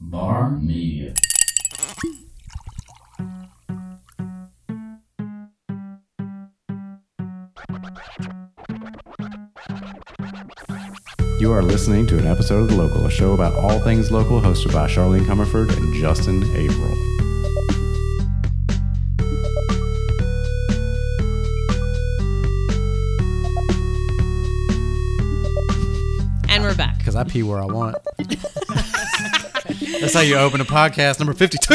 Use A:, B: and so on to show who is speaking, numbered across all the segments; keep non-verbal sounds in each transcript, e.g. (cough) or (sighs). A: Bar Media.
B: You are listening to an episode of The Local, a show about all things local, hosted by Charlene Comerford and Justin Averill.
C: And we're back.
D: because I pee where I want. That's how you open a podcast number 52.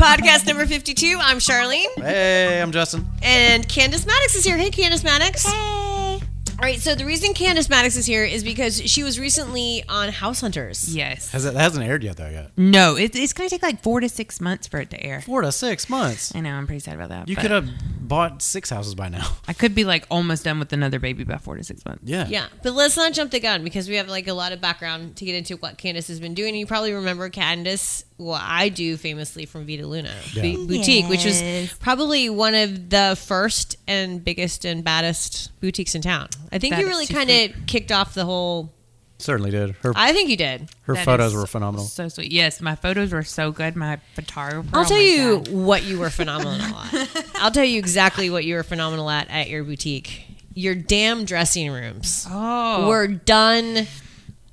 C: Podcast number 52. I'm Charlene.
D: Hey, I'm Justin.
C: And Candace Maddox is here. Hey, Candace Maddox. Hey. All right. So, the reason Candace Maddox is here is because she was recently on House Hunters.
E: Yes.
D: Has it that hasn't aired yet though yet?
E: no, it, it's going to take like four to six months for it to air.
D: Four to six months.
E: I know. I'm pretty sad about that.
D: You
E: but
D: could have bought six houses
C: (laughs)
D: by now.
E: I could be like almost done with another baby by four to six months.
D: Yeah.
C: Yeah. But let's not jump the gun because we have like a lot of background to get into what Candace has been doing. You probably remember Candace, well, I do famously from Vita Luna B- Boutique, which was probably one of the first and biggest and baddest boutiques in town. I think
E: That
C: you
E: is
C: really
E: too
C: kind of kicked off the whole.
D: Certainly did. Her
C: I think you did.
D: her
E: That
D: photos
E: is
D: were phenomenal.
E: So sweet. Yes, my photos were so good. My photographer.
C: I'll
E: oh
C: tell
E: my
C: you
E: God.
C: what you were phenomenal
E: (laughs)
C: at. I'll tell you exactly what you were phenomenal at at your boutique. Your damn dressing rooms
E: Oh.
C: were done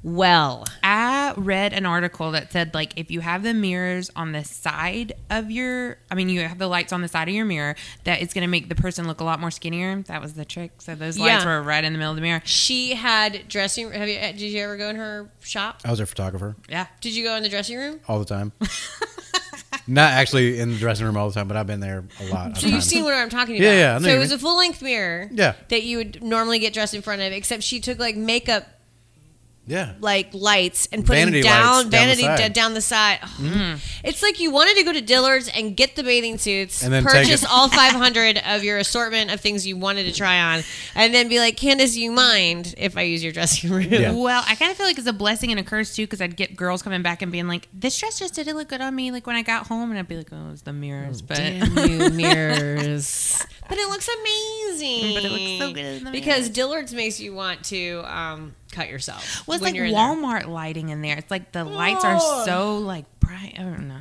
C: well.
E: I read an article that said like if you have the mirrors on the side of your I mean you have the lights on the side of your mirror that it's going to make the person look a lot more skinnier. That was the trick. So those lights
C: Yeah.
E: were right in the middle of the mirror.
C: She had dressing. Have you? Did you ever go in her shop?
D: I was her photographer
E: Yeah.
C: Did you go in the dressing room?
D: all
C: (laughs)
D: the time. Not actually in the dressing room all the time, but I've been there a lot. of
C: So you've
D: times.
C: seen what I'm talking about.
D: Yeah, yeah, I know
C: So it
D: you
C: was
D: mean.
C: a full length mirror.
D: Yeah.
C: That you would normally get dressed in front of, except she took like makeup
D: Yeah.
C: like lights and put
D: Vanity
C: them down
D: lights down the
C: vanity d- down the
D: side.
C: side. (sighs) Ugh.
E: Mm-hmm.
C: It's like you wanted to go to Dillard's and get the bathing suits,
D: And then take
C: purchase
D: it.
C: all 500 of your assortment of things you wanted to try on, and then be like, Candace, you mind if I use your dressing room? (laughs)
D: Yeah.
E: Well, I kind of feel like it's a blessing and a curse too, because I'd get girls coming back and being like, "This dress just didn't look good on me." Like when I got home, and I'd be like, "Oh, it was the mirrors." But (laughs)
C: Damn you, mirrors. (laughs) But it looks amazing.
E: But it looks so good in the
C: because
E: mirror.
C: Dillard's makes you want to um, cut yourself.
E: well, it's
C: when
E: like
C: you're in there.
E: Walmart lighting in there. It's like the lights are so like bright. I don't know,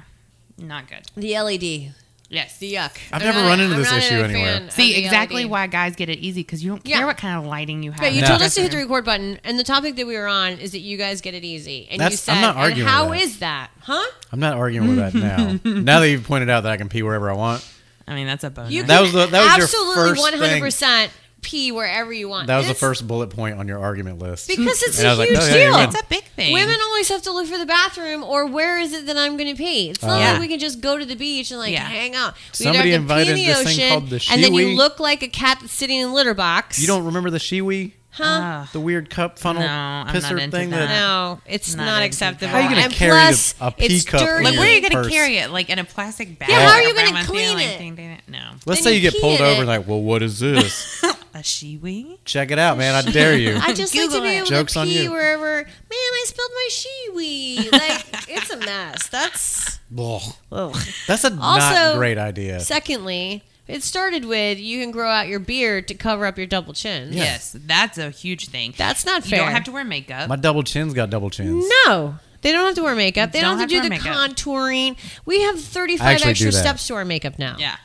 E: not good.
C: the LED,
E: Yes.
C: the yuck.
D: I've
C: I'm
D: never
C: not-
D: run into
C: I'm
D: this
C: not
D: issue
C: a
D: anywhere.
C: fan of
E: See
C: the E
E: exactly
C: LED.
E: why guys get it easy because you don't
C: Yeah.
E: care what kind of lighting you have.
C: Yeah, you
E: in
D: No.
E: your
C: told us to
E: dressing
C: hit the
E: room.
C: record button, and the topic that we were on is that you guys get it easy. And you
D: That's-
C: said,
D: I'm not arguing
C: and how
D: with that.
C: is that? Huh?
D: I'm not arguing with that
C: (laughs)
D: now. now that you've pointed out that I can pee wherever I want.
E: I mean, that's a bonus. Oh,
C: You
D: That
C: can
D: was the- that was your
C: absolutely
D: first
C: 100% pee wherever you want.
D: That was the
C: This-
D: first bullet point on your argument list.
C: Because it's
D: And
C: a
D: I was like,
C: huge
D: "Oh, yeah, you're
C: deal.
D: right."
E: it's a big thing.
C: Women always have to look for the bathroom or where is it that I'm going to pee? It's not
E: Yeah.
C: like we can just go to the beach and like
E: Yeah.
C: hang out. We
D: Uh, Somebody
C: have to pee
D: invited
C: in the
D: this
C: ocean,
D: thing called the
C: and then you
D: shiwi.
C: look like a cat that's sitting in a litter box.
D: You don't remember the shiwi?
C: huh?
D: The weird cup funnel
E: No, I'm
D: pisser
E: not into
D: thing
E: that.
C: no, it's
E: Not
C: not,
E: into
C: acceptable.
E: that. How you
D: gonna
C: and
D: carry the-
C: plus,
D: a pee
C: it's
D: cup in
C: dirty.
E: like, where are you
D: Your
E: going to
D: purse.
E: carry it? Like in a plastic bag?
C: Yeah, how are
E: Like,
C: you gonna
E: around my
C: clean
E: feeling?
C: it?
E: Ding, ding, ding. No,
D: Let's
C: Then
D: say
C: you
D: you get
C: pee
D: pulled
C: in
D: over
C: it.
D: and like, well, what is this?
E: a shiwi.
D: (laughs) Check it out, man. I dare (laughs) you.
C: I just like
E: Google
C: to be
E: it.
C: able
D: Joke's
C: to
D: on
C: pee
D: you.
C: wherever. Man, I spilled my shiwi.
E: (laughs)
C: Like it's a mess. That's.
D: Ugh. That's a not
C: Also-
D: great idea.
C: Secondly, it started with you can grow out your beard to cover up your double chin.
E: Yes, that's a huge thing.
C: That's not
E: you
C: fair.
E: don't have to wear makeup.
D: My double chin's got double chins.
C: No. They don't have to wear makeup. They don't,
E: Don't
C: have to do
E: have
C: the
E: to wear
C: contouring.
E: makeup.
C: We have 35
D: I actually
C: extra
D: do that.
C: steps to our makeup now.
E: yeah,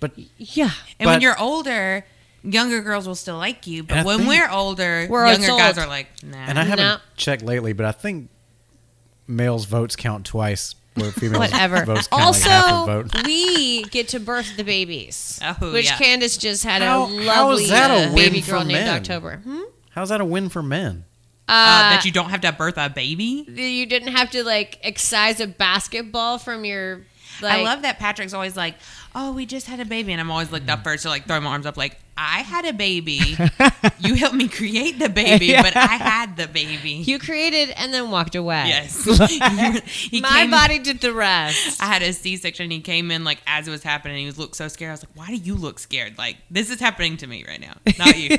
D: But
C: Yeah.
E: and when
D: But-
E: you're older, younger girls will still like you,
D: And I
E: but when
D: think-
E: we're older,
C: We're
E: younger
C: adult.
E: guys are like, nah. Uh,
D: and I haven't
C: No.
D: checked lately, but I think males' votes count twice. Where females'
C: Whatever.
D: (laughs) votes count like half a
C: Also, (laughs)
D: vote.
C: we get to birth the babies,
E: Oh,
C: which
E: yeah.
C: Candace just had
D: How-
C: a
D: how
C: lovely
D: is that a
C: uh,
D: win
C: baby
D: for
C: girl named
D: men?
C: October. Hmm?
D: How's that a win for men?
E: uh, that you don't have to birth a baby.
C: that you didn't have to like excise a basketball from your like
E: I love that Patrick's always like, "Oh, we just had a baby," and I'm always looked
D: Mm.
E: up first to like throw my arms up, like, "I had
D: (laughs)
E: a baby. you helped me create the baby, but I had the
D: (laughs)
E: baby."
C: you created and then walked away.
E: yes, he
C: My
E: came-
C: body did the rest.
E: (laughs) I had a C-section. He came in like as it was happening. He was looked so scared. I was like, "Why do you look scared? Like this is happening to me right now,
D: (laughs)
E: not you.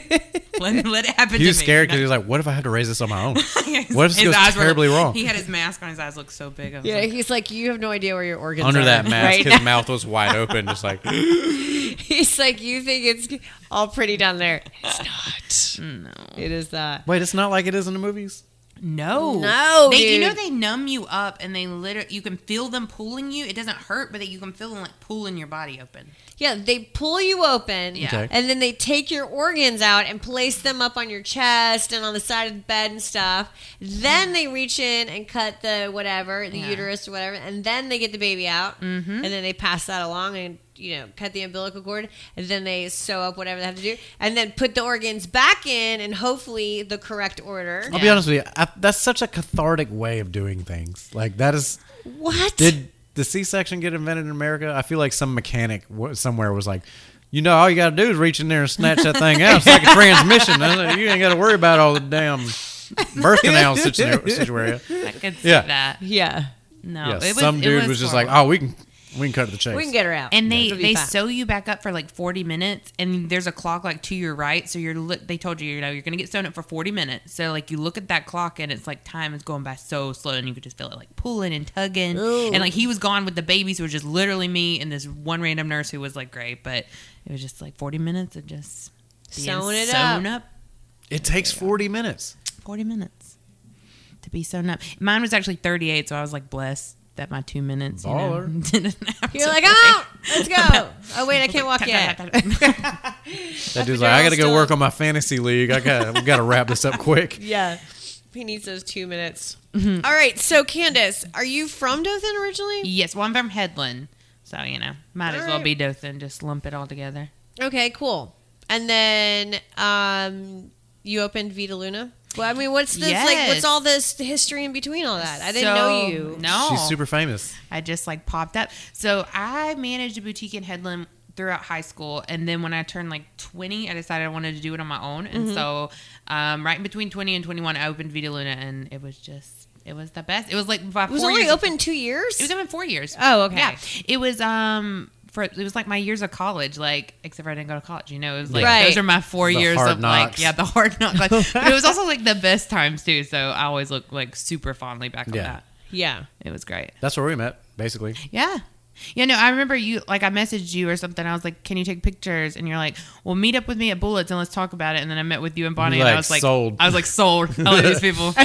E: let, let it happen."
D: He
E: to
D: was
E: me.
D: scared because
E: Not-
D: he was like, "What if I had to raise this
C: (laughs)
D: on my own?"
E: His-
D: what if this
E: his
D: goes
E: eyes were-
D: terribly wrong?
E: He had his mask on. His eyes looked so big. I was
C: Yeah,
E: like,
C: he's like, you have no idea where your organs
D: Under
C: are (laughs)
D: that mask,
C: right
D: his
C: now.
D: mouth was wide open, just like. (gasps)
C: He's like, you think it's all pretty down there. It's not. No, it is that.
D: Wait, it's not like it is in the movies.
E: No,
C: No,
E: They, You
C: dude.
E: know they numb you up, and they literally you can feel them pulling you. It doesn't hurt, but that you can feel them like pulling your body open.
C: Yeah, they pull you open,
E: Yeah. Okay.
C: and then they take your organs out and place them up on your chest and on the side of the bed and stuff. Then they reach in and cut the whatever, the
E: Yeah.
C: uterus or whatever, and then they get the baby out, mm-hmm. and then they pass that along and you know cut the umbilical cord, and then they sew up whatever they have to do, and then put the organs back in and hopefully the correct order.
D: I'll be honest with you. I, that's such a cathartic way of doing things. Like that is.
C: What?
D: Did the C-section get invented in America? I feel like some mechanic w- somewhere was like, you know, all you got to do is reach in there and snatch that thing out. It's like a transmission. You ain't got to worry about all the damn birth
E: (laughs)
D: canal situ- situation.
E: I could see
D: Yeah.
E: that.
C: yeah,
E: No,
D: Yeah,
E: it was,
D: some
E: it
D: dude was, just like,
E: horrible.
D: oh, we can we can cut to the chase.
C: we can get her out,
E: And they
C: It'll be
E: they
C: fine.
E: sew you back up for like 40 minutes, and there's a clock like to your right. So you're li- they told you you know you're gonna get sewn up for 40 minutes. So like you look at that clock, and it's like time is going by so slow, and you could just feel it like pulling and tugging.
C: Ooh.
E: And like he was gone with the babies, who were just literally me and this one random nurse who was like great, but it was just like 40 minutes of just being
C: Sewing it
E: sewn up.
D: it takes forty minutes.
E: 40 minutes to be sewn up. Mine was actually 38, so I was like blessed that my two minutes you know,
D: Baller.
E: (laughs) didn't have
C: You're
E: to
C: like,
E: wait.
C: oh,
E: (laughs)
C: let's go. Oh wait, I can't walk yet.
D: That dude's like, I
C: girl's
D: got to go
C: still-
D: work on my fantasy league. I got we got to wrap this
E: (laughs)
D: up quick.
C: Yeah. He needs those two minutes.
E: Mm-hmm.
C: All right. So, Candace, are you from Dothan originally?
E: Yes, well, I'm from Headland, so you know, might as
C: All
E: well
C: right.
E: be Dothan. Just lump it all together.
C: Okay, cool. And then um, you opened Vita Luna. Well, I mean, what's this like? What's
E: Yes.
C: all this history in between all that? I didn't know
E: So-
C: you.
E: No,
D: She's super famous.
E: I just like popped up. So I managed a boutique in Headland throughout high school, and then when I turned like 20, I decided I wanted to do it on my own, and
C: Mm-hmm.
E: so um, right in between 20 and 21, I opened Vita Luna, and it was just it was the best. It was like by
C: It was
E: four
C: only
E: years-
C: open two years.
E: It was open four years.
C: Oh, okay.
E: Yeah, it was um. For, it was like my years of college, like except for I didn't go to college. You know, it was like
C: Right.
E: those are my four
D: The
E: years
D: hard
E: of
D: knocks.
E: like yeah,
C: (laughs)
E: the hard knocks. Like, but it was also like the best times too. So I always look like super fondly back on
D: Yeah.
E: that.
C: yeah.
E: It was great.
D: That's where we met, basically.
E: Yeah. Yeah, no, I remember you like I messaged you or something. I was like, "Can you take pictures?" And you're like, "Well, meet up with me at Bullets and let's talk about it." And then I met with you and Bonnie, and
D: Like,
E: I was like,
D: sold.
E: I was like, "Sold." (laughs) I love
C: (laughs)
E: these people.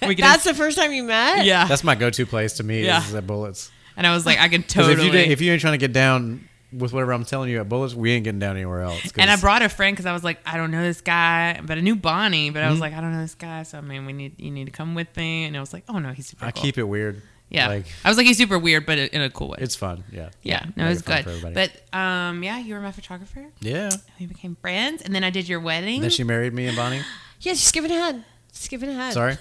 E: We can
C: That's the first time you met?
E: (laughs) yeah.
D: That's my go-to place to meet
E: Yeah.
D: is at Bullets.
E: and I was like, I
D: (laughs)
E: can
D: 'Cause
E: totally.
D: if you did, if you ain't trying to get down with whatever I'm telling you at Bullets, we ain't getting down anywhere else. 'cause
E: And I brought a friend because I was like, I don't know this guy, but I knew Bonnie, but I
D: Mm-hmm.
E: was like, I don't know this guy, so I mean, we need you need to come with me. And I was like, oh no, he's super.
D: I
E: cool.
D: keep it weird.
E: yeah.
D: like
E: I was like, he's super weird, but in a cool way.
D: it's fun. Yeah,
E: yeah, no,
D: Make
E: it's
D: it fun
E: good.
D: for everybody.
E: But um, yeah, you were my photographer.
D: yeah.
E: We became friends, and then I did your wedding.
D: And then she married me and
E: (laughs)
D: Bonnie.
C: Yeah, just skipping ahead. Skipping ahead.
D: Sorry,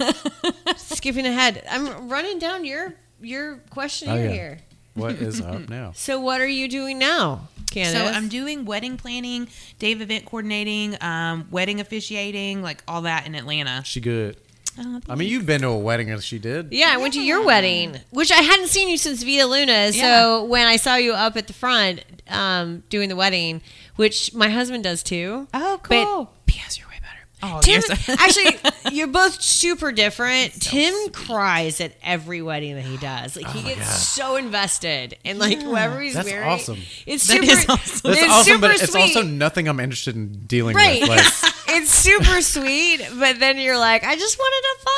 C: Skipping ahead. I'm running down your your questionnaire
D: Oh, yeah.
C: here.
D: what is up now?
C: So, what are you doing now, Candace?
E: so I'm doing wedding planning, day of event coordinating, um, wedding officiating, like all that in Atlanta.
D: She good.
E: Oh,
D: I mean, you've been to a wedding as she did.
C: Yeah, I went to your wedding, which I hadn't seen you since Vita Luna. So
E: Yeah.
C: when I saw you up at the front um, doing the wedding, which my husband does too.
E: Oh,
C: but-
E: cool.
C: P.S. You're way better.
E: Oh,
C: Tim,
E: you're
D: (laughs)
E: (laughs) so-
C: actually, you're both super different. Tim cries at every wedding that he does. Like
E: Oh
C: he gets so invested, and like whoever he's
D: That's
C: marrying,
D: awesome.
C: It's
E: That
C: super.
E: is awesome.
D: That's
C: it's
D: awesome,
C: super
D: but it's
C: sweet.
D: also nothing I'm interested in
C: (laughs)
D: dealing
C: Right.
E: (laughs)
D: with. Like,
C: it's super sweet, but then you're like, I just wanted a fun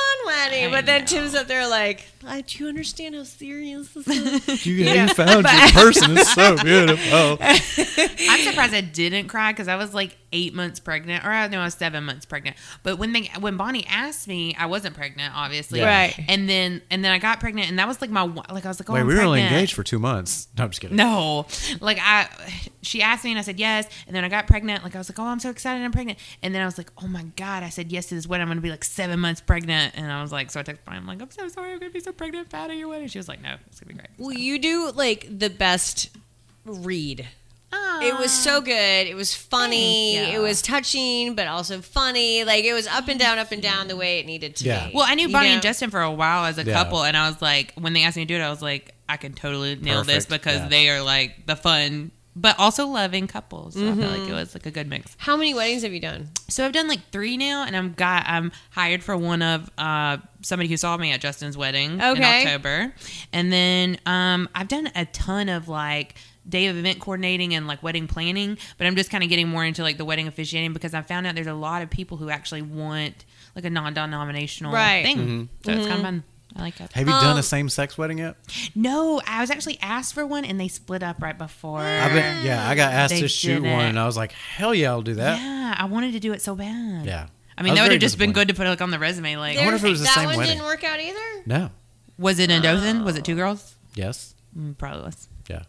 C: wedding.
E: I
C: but then
E: know.
C: Tim's up there like, I do you understand how serious
E: (laughs)
C: this is?
D: you, you found your person. It's so beautiful.
E: I'm surprised I didn't cry because I was like eight months pregnant, or I know I was seven months pregnant. But when they when Bonnie asked me, I wasn't pregnant, obviously,
D: Yeah.
C: Right.
E: And then and then I got pregnant, and that was like my one- like I was like, oh,
D: Wait,
E: I'm
D: we were only
E: pregnant.
D: engaged for two months. No, I'm just kidding.
E: No, like I, she asked me and I said yes, and then I got pregnant. Like I was like, oh, I'm so excited, I'm pregnant. And then I was like, oh my god, I said yes to this wedding. I'm gonna be like seven months pregnant. And I was like, so I texted Bonnie, I'm like, I'm so sorry, I'm gonna be so pregnant, fat at your wedding. She was like, no, it's gonna be great.
C: well, you do like the best read.
E: Aw.
C: It was so good. It was funny.
E: Thank
C: It
E: ya.
C: was touching, but also funny. Like it was up and down, up and down the way it needed to
D: Yeah.
C: be.
E: Well, I knew
C: You
E: Bonnie
C: know?
E: and Justin for a while as a
D: Yeah.
E: couple, and I was like, when they asked me to do it, I was like, I can totally nail this
D: Perfect,
E: because
D: yeah.
E: they are like the fun but also loving couples. So I feel
C: Mm-hmm.
E: like it was like a good mix.
C: How many weddings have you done?
E: So I've done like three now, and I'm got I'm hired for one of uh, somebody who saw me at Justin's wedding in
C: Okay.
E: October, and then um, I've done a ton of like day of event coordinating and like wedding planning. But I'm just kind of getting more into like the wedding officiating because I found out there's a lot of people who actually want. like like a non-denominational
C: Right.
E: thing.
D: Mm-hmm.
E: So it's kind of fun. Mm-hmm. I like it.
D: Have you done
C: Um,
D: a same sex wedding yet?
E: No, I was actually asked for one and they split up right before.
D: I've been, yeah, I got asked
E: They
D: to shoot
E: did
D: one,
E: it.
D: and I was like, hell yeah, I'll do that.
E: yeah, I wanted to do it so bad.
D: Yeah.
E: I mean,
D: was
E: that would
D: very
E: have just been
D: disappointed.
E: good to put like on the resume. Like,
D: wonder if it was the
C: that
D: same
C: one
D: wedding.
C: didn't work out (laughs) either.
D: No.
E: was it in Dothan? Was it two girls?
D: Yes.
E: Mm, Probably was.
D: Yeah.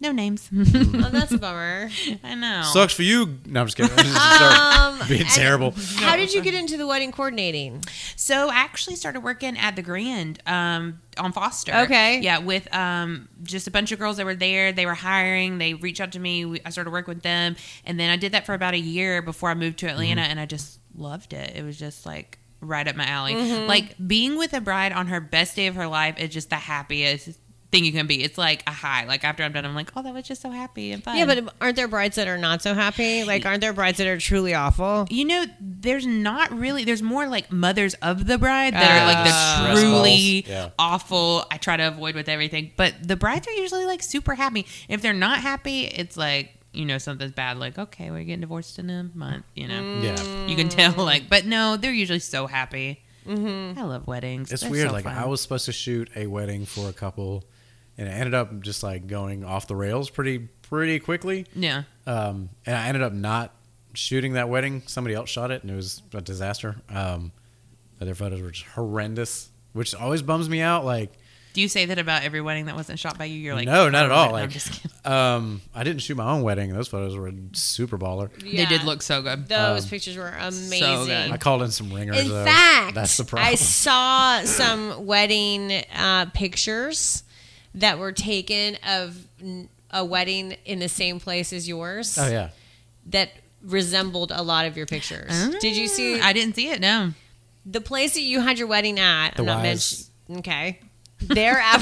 E: No (laughs) names.
C: Oh, that's a (laughs) bummer.
E: I know.
D: Sucks for you. No, I'm just kidding. (laughs) I'm just
E: (laughs)
D: gonna start being
C: Um, and
D: terrible.
C: How did you get into the wedding coordinating?
E: So I actually started working at the Grand um, on Foster.
C: Okay.
E: Yeah, with um, just a bunch of girls that were there. They were hiring. They reached out to me. We, I started working with them, and then I did that for about a year before I moved to Atlanta, and I just loved it. It was just like right up my alley. Like being with a bride on her best day of her life is just the happiest thing you can be. It's like a high. Like after I'm done, I'm like, oh, that was just so happy and fun.
C: Yeah, but aren't there brides that are not so happy? Like, aren't there brides that are truly awful?
E: You know, there's not really. There's more like mothers of the bride that are
D: Ah.
E: like the
D: Stress
E: truly
D: balls. Yeah.
E: awful. I try to avoid with everything, but the brides are usually like super happy. If they're not happy, it's like you know something's bad. Like okay, we're getting divorced in a month. You know,
D: Yeah.
E: you can tell. Like, but no, they're usually so happy.
D: Mm-hmm.
E: I love weddings.
D: It's
E: They're
D: weird.
E: so
D: like
E: fun.
D: I was supposed to shoot a wedding for a couple, and it ended up just like going off the rails pretty pretty quickly.
E: yeah.
D: Um, and I ended up not shooting that wedding. Somebody else shot it, and it was a disaster. Um, their photos were just horrendous, which always bums me out. Like,
E: Do you say that about every wedding that wasn't shot by you? You're like,
D: no, not at
E: "Oh,
D: all.
E: no,
D: Like,
E: I'm just kidding.
D: um, I didn't shoot my own wedding. Those photos were super baller.
E: they did look so good.
C: Those
D: Um,
C: pictures were amazing.
E: good.
D: I called in some ringers.
C: In
D: though.
C: fact,
D: that's the problem.
C: I saw some wedding uh, pictures that were taken of n- a wedding in the same place as yours
D: (laughs) oh yeah.
C: that resembled a lot of your pictures. Did you
D: Mm.
C: see
D: Ah.
E: I didn't see it. No.
C: the place that you had your wedding at?
D: The
C: I'm not
D: Wise.
C: mentioning. Okay. They're (laughs)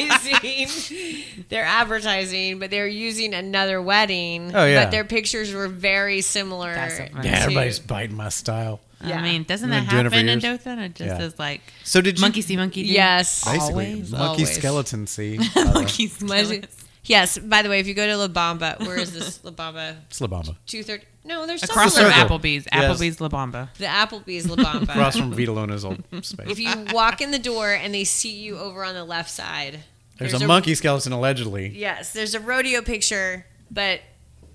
C: advertising. they're advertising, but they're using another wedding.
D: Oh, yeah.
C: But their pictures were very similar.
E: That's so funny.
D: Yeah,
E: to-
D: everybody's biting my style.
C: Yeah.
E: I mean, doesn't
D: I've been
E: that
D: doing it for
E: happen in
D: years.
E: Dothan? It just
D: Yeah.
E: is like
D: So did you
E: monkey see, monkey do.
C: Yes.
D: basically
E: Always,
D: monkey
C: always.
D: skeleton (laughs) see
E: monkey
C: Monkey- Yes. By the way, if you go to La Bamba, where is this La Bamba?
D: Slabamba.
C: Two thirty. No, there's still
E: Across
C: some
E: from
D: Circle.
E: Applebee's,
D: Yes.
E: Applebee's La Bamba.
C: the Applebee's La Bamba.
D: Across from Vitalona's (laughs) old
C: If
D: space.
C: you walk in the door and they see you over on the left side,
D: There's, a, monkey skeleton allegedly.
C: Yes, there's a rodeo picture, but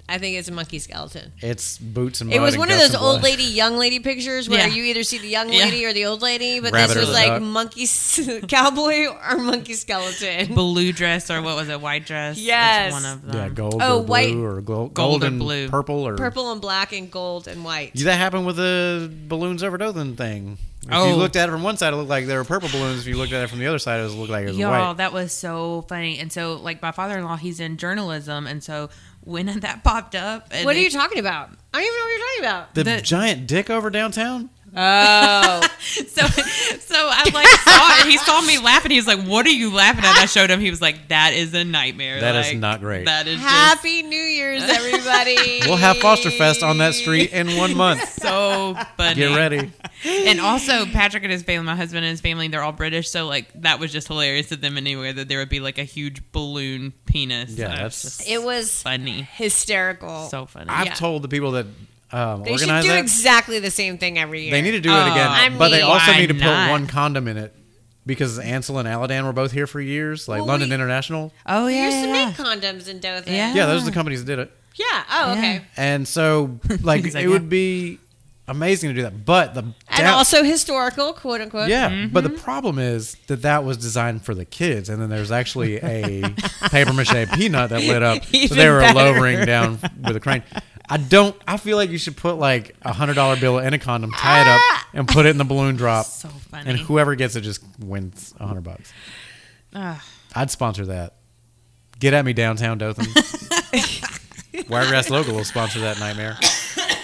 C: I think it's a monkey skeleton.
D: It's boots and
C: It
D: mud
C: was
D: and
C: one of
D: guts
C: those
D: and
C: old
D: blood.
C: lady, young lady pictures where
E: Yeah.
C: you either see the young
E: Yeah.
C: lady or the old lady, but
D: Rabbit or
C: this was
D: the
C: like
D: duck.
C: monkey s- (laughs) cowboy or monkey
D: (laughs)
C: skeleton.
E: Blue dress or what was it? White dress. That's
C: Yes.
E: one of them.
D: Yeah, gold
C: Oh,
D: or blue
C: white-
D: or gol- gold,
E: or
D: and
E: blue.
D: purple or
C: Purple and black and gold and white.
D: Yeah, that happened with the balloons over Dothan thing. If you
E: Oh.
D: looked at it from one side, it looked like there were purple balloons. If you looked at it from the other side, it was looked like it was
E: Y'all,
D: white.
E: that was so funny. And so, like, my father-in-law, he's in journalism, and so when (laughs) that popped up, and
C: What are
E: it-
C: you talking about? I don't even know what you're talking about.
D: The,
E: the-
D: giant dick over downtown.
C: Oh,
E: (laughs) So, so (laughs) I like saw it. He saw me laughing. He was like, "What are you laughing at?" I showed him. He was like, "That is a nightmare.
D: That
E: That
D: is
E: is
D: not great.
E: That is just
C: happy New
D: (laughs)
C: Year's, everybody!
D: We'll have Foster Fest on
C: (laughs)
D: that street in one month.
E: (laughs) so funny."
D: Get ready.
E: and also Patrick and his family, my husband and his family, they're all British, so like that was just hilarious to them anywhere that there would be like a huge balloon penis.
D: Yeah,
E: Uh,
D: that's-
E: just
C: It was
E: funny,
C: hysterical.
E: so funny.
D: I've
C: Yeah.
D: told the people that um,
C: they should
D: organize
C: do
D: that.
C: exactly the same thing every year.
D: They need to do it
E: Oh.
D: again,
C: I
D: but they
C: mean-
D: also
E: Why
D: need to put
E: not?
D: one condom in it because Ansel and Aladan were both here for years, like
C: Well,
D: London
C: we-
D: International.
E: oh
C: We
E: yeah,
C: used to
E: yeah,
C: make condoms in Dothan.
E: Yeah.
D: Yeah, those
C: Ah.
D: are the companies that did it,
C: Yeah. Oh, okay.
E: Yeah.
C: (laughs)
D: and so like
E: He's
D: it
E: like,
D: would
E: "Yeah."
D: be amazing to do that. But the
C: And
D: down-
C: also historical, quote unquote.
D: yeah, but the
C: Mm-hmm.
D: problem is that that was designed for the kids, and then there's actually a (laughs) paper mache peanut that lit up, so
C: Even
D: they were
C: better.
D: lowering down with a crane. I don't. I feel like you should put like a hundred dollar bill in a condom, tie it
C: Ah!
D: up, and put it in the balloon drop.
E: so funny. (laughs)
D: and whoever gets it just wins a hundred bucks.
E: Ugh.
C: Ah.
D: I'd sponsor that. Get at me
C: (laughs)
D: downtown Dothan. Wiregrass Local will sponsor that nightmare.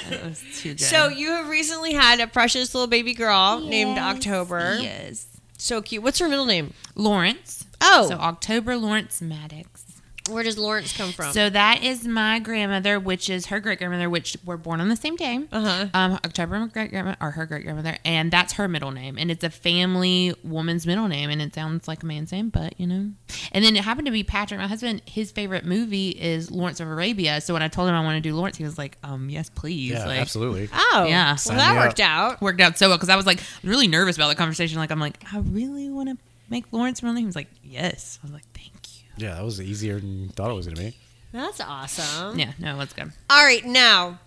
E: That was too good.
C: So you have recently had a precious little baby girl named October.
E: yes,
C: So cute. What's her middle name?
E: Lawrence.
C: Oh.
E: so October Lawrence Maddox.
C: Where does Lawrence come from?
E: So that is my grandmother, which is her great grandmother, which were born on the same day.
C: Uh-huh.
E: Um, October, my great grandma or her great grandmother, and that's her middle name, and it's a family woman's middle name, and it sounds like a man's name, but you know, And then it happened to be Patrick, my husband. His favorite movie is Lawrence of Arabia. So when I told him I want to do Lawrence, he was like, "Um, yes, please."
D: Yeah,
E: like,
D: absolutely.
C: Oh,
E: Yeah.
C: Well,
E: Sign
C: that
D: me up.
C: worked out.
E: Worked out so well because I was like really nervous about the conversation. Like I'm like, I really want to make Lawrence really. He was like, yes. I was like, thank you.
D: Yeah, that was easier than I thought it was going to be.
C: That's awesome.
E: Yeah, no, let's go.
C: All right, now,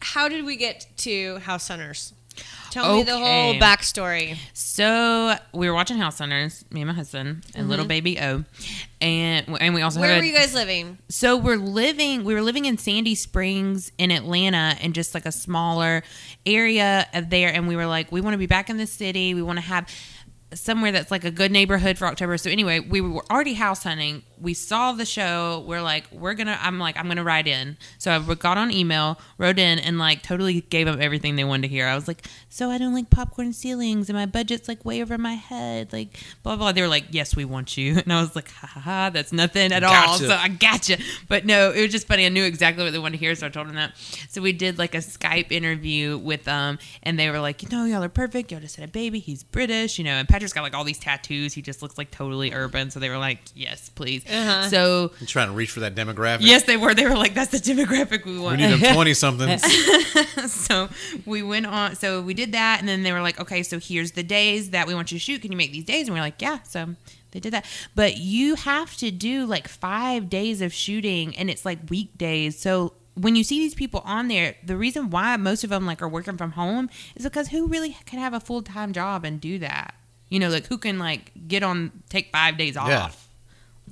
C: how did we get to House Hunters? Tell me the whole
E: Okay.
C: backstory.
E: So we were watching House Hunters, me and my husband and little baby O, and and we also
C: Mm-hmm. Where
E: had
C: were you guys living?
E: so we're living we were living in sandy springs in atlanta and just like a smaller area of there and we were like we want to be back in the city we want to have somewhere that's like a good neighborhood for october so anyway we were already house hunting we saw the show we're like we're gonna i'm like i'm gonna write in so i got on email wrote in and like totally gave up everything they wanted to hear i was like so i don't like popcorn ceilings and my budget's like way over my head like blah blah they were like yes we want you (laughs) and i was like ha ha ha that's nothing at all
D: Gotcha.
E: so (laughs) I gotcha. But no, it was just funny. I knew exactly what they wanted to hear, so I told them that. So we did like a Skype interview with them, and they were like, you know, y'all are perfect. Y'all just had a baby. He's British, you know. And Patrick's got like all these tattoos. He just looks like totally urban. So they were like, yes, please.
C: Uh-huh.
E: So
D: I'm trying to reach for that demographic.
E: yes, they were. They were like, that's the demographic we
D: We
E: want.
D: need
E: (laughs)
D: them 20 somethings.
E: so we went on. So we did that, and then they were like, "Okay, so here's the days that we want you to shoot. Can you make these days?" And we are like, "Yeah." So they did that, but you have to do like five days of shooting, and it's like weekdays. So when you see these people on there, the reason why most of them like are working from home is because who really can have a full time job and do that? You know, like who can like get on take five days off?
D: Yeah.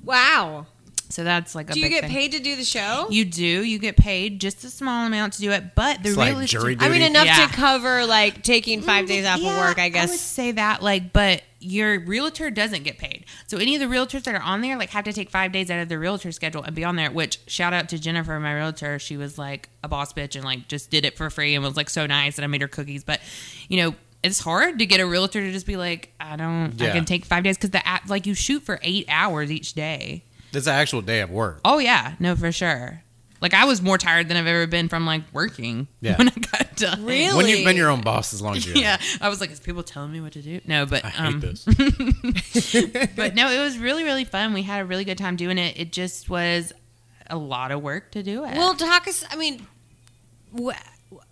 C: Wow.
E: So that's like a
C: Do you
E: big
C: get
E: thing.
C: paid to do the show?
E: You do. You get paid just a small amount to do it, but the
D: It's like
E: realistic
D: jury
C: I mean,
D: duty?
C: enough
E: Yeah. Mm,
C: to cover like taking five days off of
E: Yeah,
C: work, I guess.
E: I would say that, like, but your realtor doesn't get paid. So any of the realtors that are on there, like, have to take five days out of their realtor schedule and be on there. Which shout out to Jennifer, my realtor. She was like a boss bitch and like just did it for free and was like so nice. And I made her cookies, but you know. It's hard to get a realtor to just be like, I don't, I
D: Yeah.
E: can take five days because the app, like, you shoot for eight hours each day.
D: It's an actual day of work.
E: Oh yeah, no, for sure. Like I was more tired than I've ever been from like working
D: Yeah.
E: (laughs) when I got done.
C: Really?
D: When you've been your own boss as long as you
E: (laughs) Yeah, I was like, is people telling me what to do? No, but
D: I hate
E: um, (laughs)
D: this.
E: but no, it was really really fun. We had a really good time doing it. It just was a lot of work to do it.
C: Well, talk us. I mean, wh-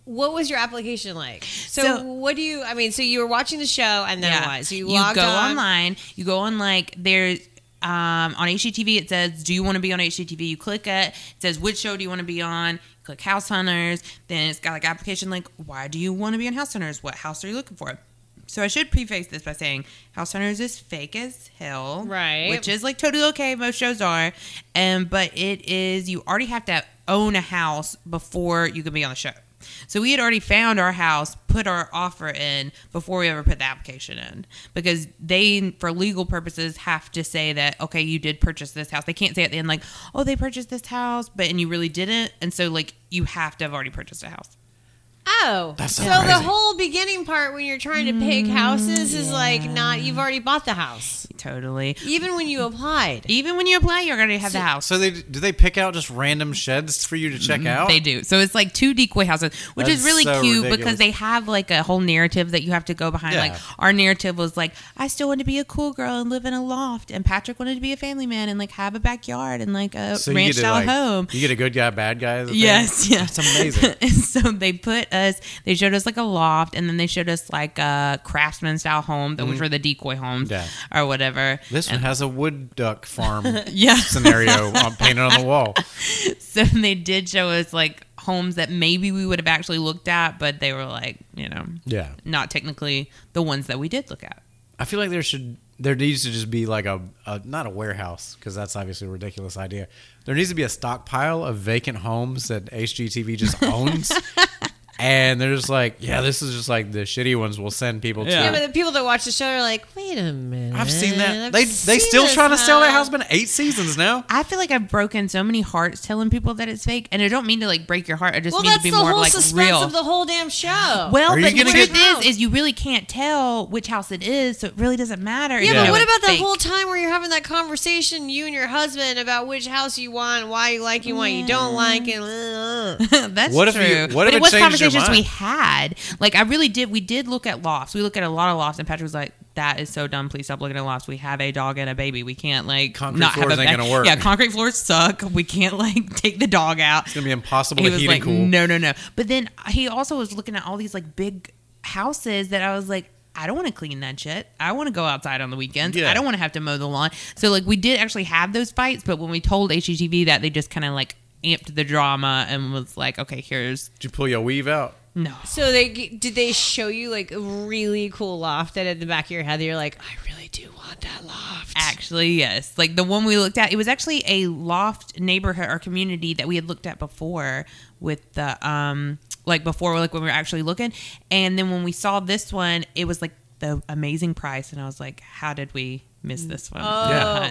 C: what was your application like? So,
E: So-
C: what do you? I mean, so you were watching the show, and then what? So you logged
E: go
C: on.
E: online. You go on like there's um, on HGTV. It says, "Do you want to be on HGTV?" You click it. It says, "Which show do you want to be on?" Click House Hunters. Then it's got like application like, "Why do you want to be on House Hunters? What house are you looking for?" So I should preface this by saying House Hunters is fake as hell,
C: Right.
E: Which is like totally okay. Most shows are, and but it is you already have to own a house before you can be on the show. So we had already found our house, put our offer in before we ever put the application in because they, for legal purposes, have to say that okay, you did purchase this house. They can't say at the end like, oh, they purchased this house, but and you really didn't, and so like you have to have already purchased a house.
C: Oh,
D: That's so
C: so the
D: crazy.
C: whole beginning part when you're trying to pick houses
E: Mm,
C: is like not. You've already bought the house,
E: Totally.
C: even when you applied.
E: Even when you apply, you're gonna have the house.
D: So they do they pick out just random sheds for you to check out?
E: Mm-hmm. They do. So it's like two decoy houses, which
D: Oh. That's
E: is really
D: so
E: cute
D: ridiculous.
E: because they have like a whole narrative that you have to go behind.
D: Yeah.
E: Like our narrative was like, I still want to be a cool girl and live in a loft, and Patrick wanted to be a family man and like have a backyard and like a
D: So
E: ranch
D: you get to,
E: style
D: like,
E: home.
D: You get a good guy, bad guy. as a thing?
E: Yes, (laughs) yeah.
D: That's amazing.
E: and so they put us, they showed us like a loft, and then they showed us like a craftsman style home, which were the decoy homes
D: Mm-hmm. Yeah.
E: or whatever.
D: This one has a wood duck farm
E: (laughs) Yeah.
D: scenario on, painted on the
E: (laughs)
D: wall.
E: So they did show us like homes that maybe we would have actually looked at, but they were like, you know,
D: Yeah,
E: not technically the ones that we did look at.
D: I feel like there should there needs to just be like a, a not a warehouse because that's obviously a ridiculous idea. There needs to be a stockpile of vacant homes that HGTV
E: (laughs)
D: just owns. And they're just like, yeah, this is just like the shitty ones. We'll send people
E: Yeah.
C: Yeah,
D: to.
C: but the people that watch the show are like, wait a minute.
D: I've seen that.
C: I've
D: They they
C: seen
D: still
C: this
D: trying to sell that
C: house."
D: house. Been eight seasons now.
E: I feel like I've broken so many hearts telling people that it's fake, and I don't mean to like break your heart. I just
C: Well,
E: mean to
C: that's
E: be
C: the
E: more of,
C: whole
E: like
C: suspense
E: real.
C: of the whole damn show.
E: well,
D: Are you
E: but the
D: gonna
E: truth
C: get-
E: is, is you really can't tell which house it is, so it really doesn't matter.
C: Yeah,
E: if you
D: Yeah.
C: but
E: know
C: what
E: it's
C: about that
E: fake. (laughs)
C: whole time where you're having that conversation, you and your husband, about which house you want, why you like it, (laughs) why you don't like it?
E: That's
D: What if
E: true.
D: you- what
E: but
D: if
E: it
D: it
E: was
D: changes your
E: conversations we
D: mine.
E: had. Like I really did. We did look at lofts. We looked at a lot of lofts, and Patrick was like, "That is so dumb. Please stop looking at lofts. We have a dog and a baby. We can't like
D: Concrete
E: not
D: floors
E: have a
D: ain't gonna work.
E: Yeah, concrete floors suck. We can't like (laughs) take the dog out.
D: It's gonna be impossible
E: He
D: to
E: was
D: heat
E: like,
D: and cool.
E: no, no, no. But then he also was looking at all these like big houses that I was like, I don't want to clean that shit. I want to go outside on the weekends.
D: Yeah.
E: I don't want to have to mow the lawn. So like we did actually have those fights, but when we told HGTV that, they just kind of like amped the drama and was like, okay, here's
D: Did you pull your weave out?
E: no.
C: So they did they show you like a really cool loft that at the back of your head you're like, I really do want that loft.
E: Actually, yes. Like the one we looked at, it was actually a loft neighborhood or community that we had looked at before with the um like before like when we were actually looking. And then when we saw this one, it was like the amazing price and I was like, How did we miss this one?
C: Oh,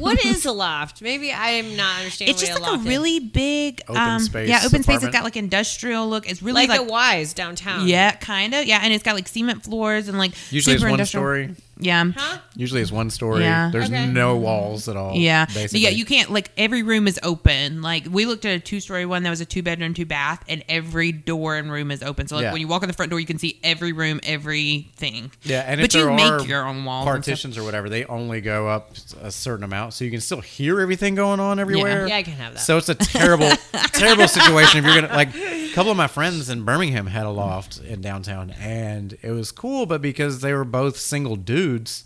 C: what
E: (laughs)
C: is a loft? Maybe I am not understanding.
E: It's just
C: what
E: like a
C: loft is.
E: really big
D: Open
E: um,
D: space
E: Yeah, open space. It's
D: apartment.
E: got like industrial look. It's really
C: like,
E: like,
C: the Wise downtown.
E: yeah, kind of. Yeah, and it's got like cement floors and like
D: Usually it's
E: super
D: one
E: industrial-
D: story.
E: Yeah.
C: Huh?
D: Usually it's one story.
E: Yeah.
D: There's
C: Okay.
D: no walls at all.
E: Yeah. But
D: Basically.
E: yeah, you can't like every room is open. Like we looked at a two story one that was a two bedroom, two bath, and every door and room is open. So like
D: Yeah.
E: when you walk in the front door you can see every room, everything.
D: Yeah, and
E: but
D: if there
E: you
D: are
E: make your own walls. and stuff.
D: partitions or whatever, they only go up a certain amount, so you can still hear everything going on everywhere.
C: Yeah, I can have that.
D: So it's a terrible, (laughs) terrible situation if you're gonna like. A couple of my friends in Birmingham had a loft in downtown, and it was cool, but because they were both single dudes,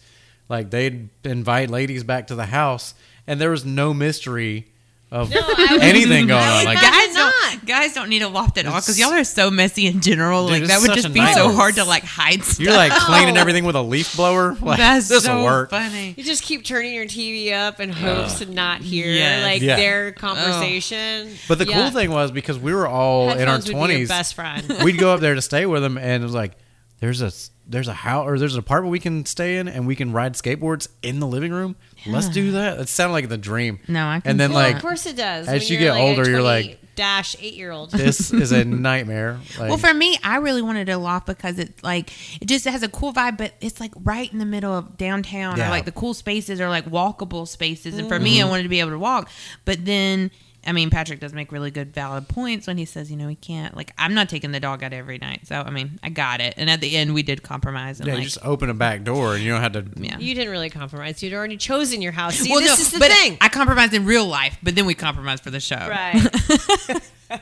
D: like they'd invite ladies back to the house, and there was no mystery of
C: I would-
E: (laughs)
D: anything going
C: I
D: on.
C: would
D: Like
C: imagine
E: guys don't guys don't need a loft at all because y'all are so messy in general.
D: Dude,
E: like
D: it's
E: that would
D: such a
E: just be
D: nice-
E: so hard to like hide stuff.
D: you're like cleaning
E: (laughs)
C: No.
D: everything with a leaf blower. Like,
E: That's
D: this will
E: so
D: work.
E: funny.
C: You just keep turning your TV up in hopes to not hear
E: Yes.
C: like
D: Yeah. Oh.
C: their conversation.
D: But the
C: Yeah.
D: cool thing was because we were all in our
C: Headphones would be your
D: twenties.
C: best friend.
D: we'd go up there to
E: (laughs)
D: stay with them, and it was like, there's a there's a house or there's an apartment we can stay in, and we can ride skateboards in the living room. Let's do that. It sounded like the dream.
E: No, I can
D: And then
E: see
C: Well,
D: (laughs) like
C: of course it does. When
D: as you
C: you're,
D: get
C: like, a
D: older, you're
C: 20
D: like-
C: dash eight year old.
D: (laughs) this is a nightmare. Like,
E: Well, for me, I really wanted a loft because it's like it just has a cool vibe, but it's like right in the middle of downtown.
D: Yeah. Mm-hmm.
E: Or like the cool spaces are like walkable spaces, and for me, I wanted to be able to walk. But then, I mean, Patrick does make really good, valid points when he says, you know, we can't. Like, I'm not taking the dog out every night, so I mean, I got it. And at the end, we did compromise and
D: yeah,
E: like,
D: you just open a back door, and you don't have to.
E: yeah.
C: You didn't really compromise. You'd already chosen your house. See,
D: (laughs)
E: well,
C: this
E: no,
C: is the
E: but
C: thing.
E: I compromised in real life, but then we compromised for the show.
D: (laughs)
C: right.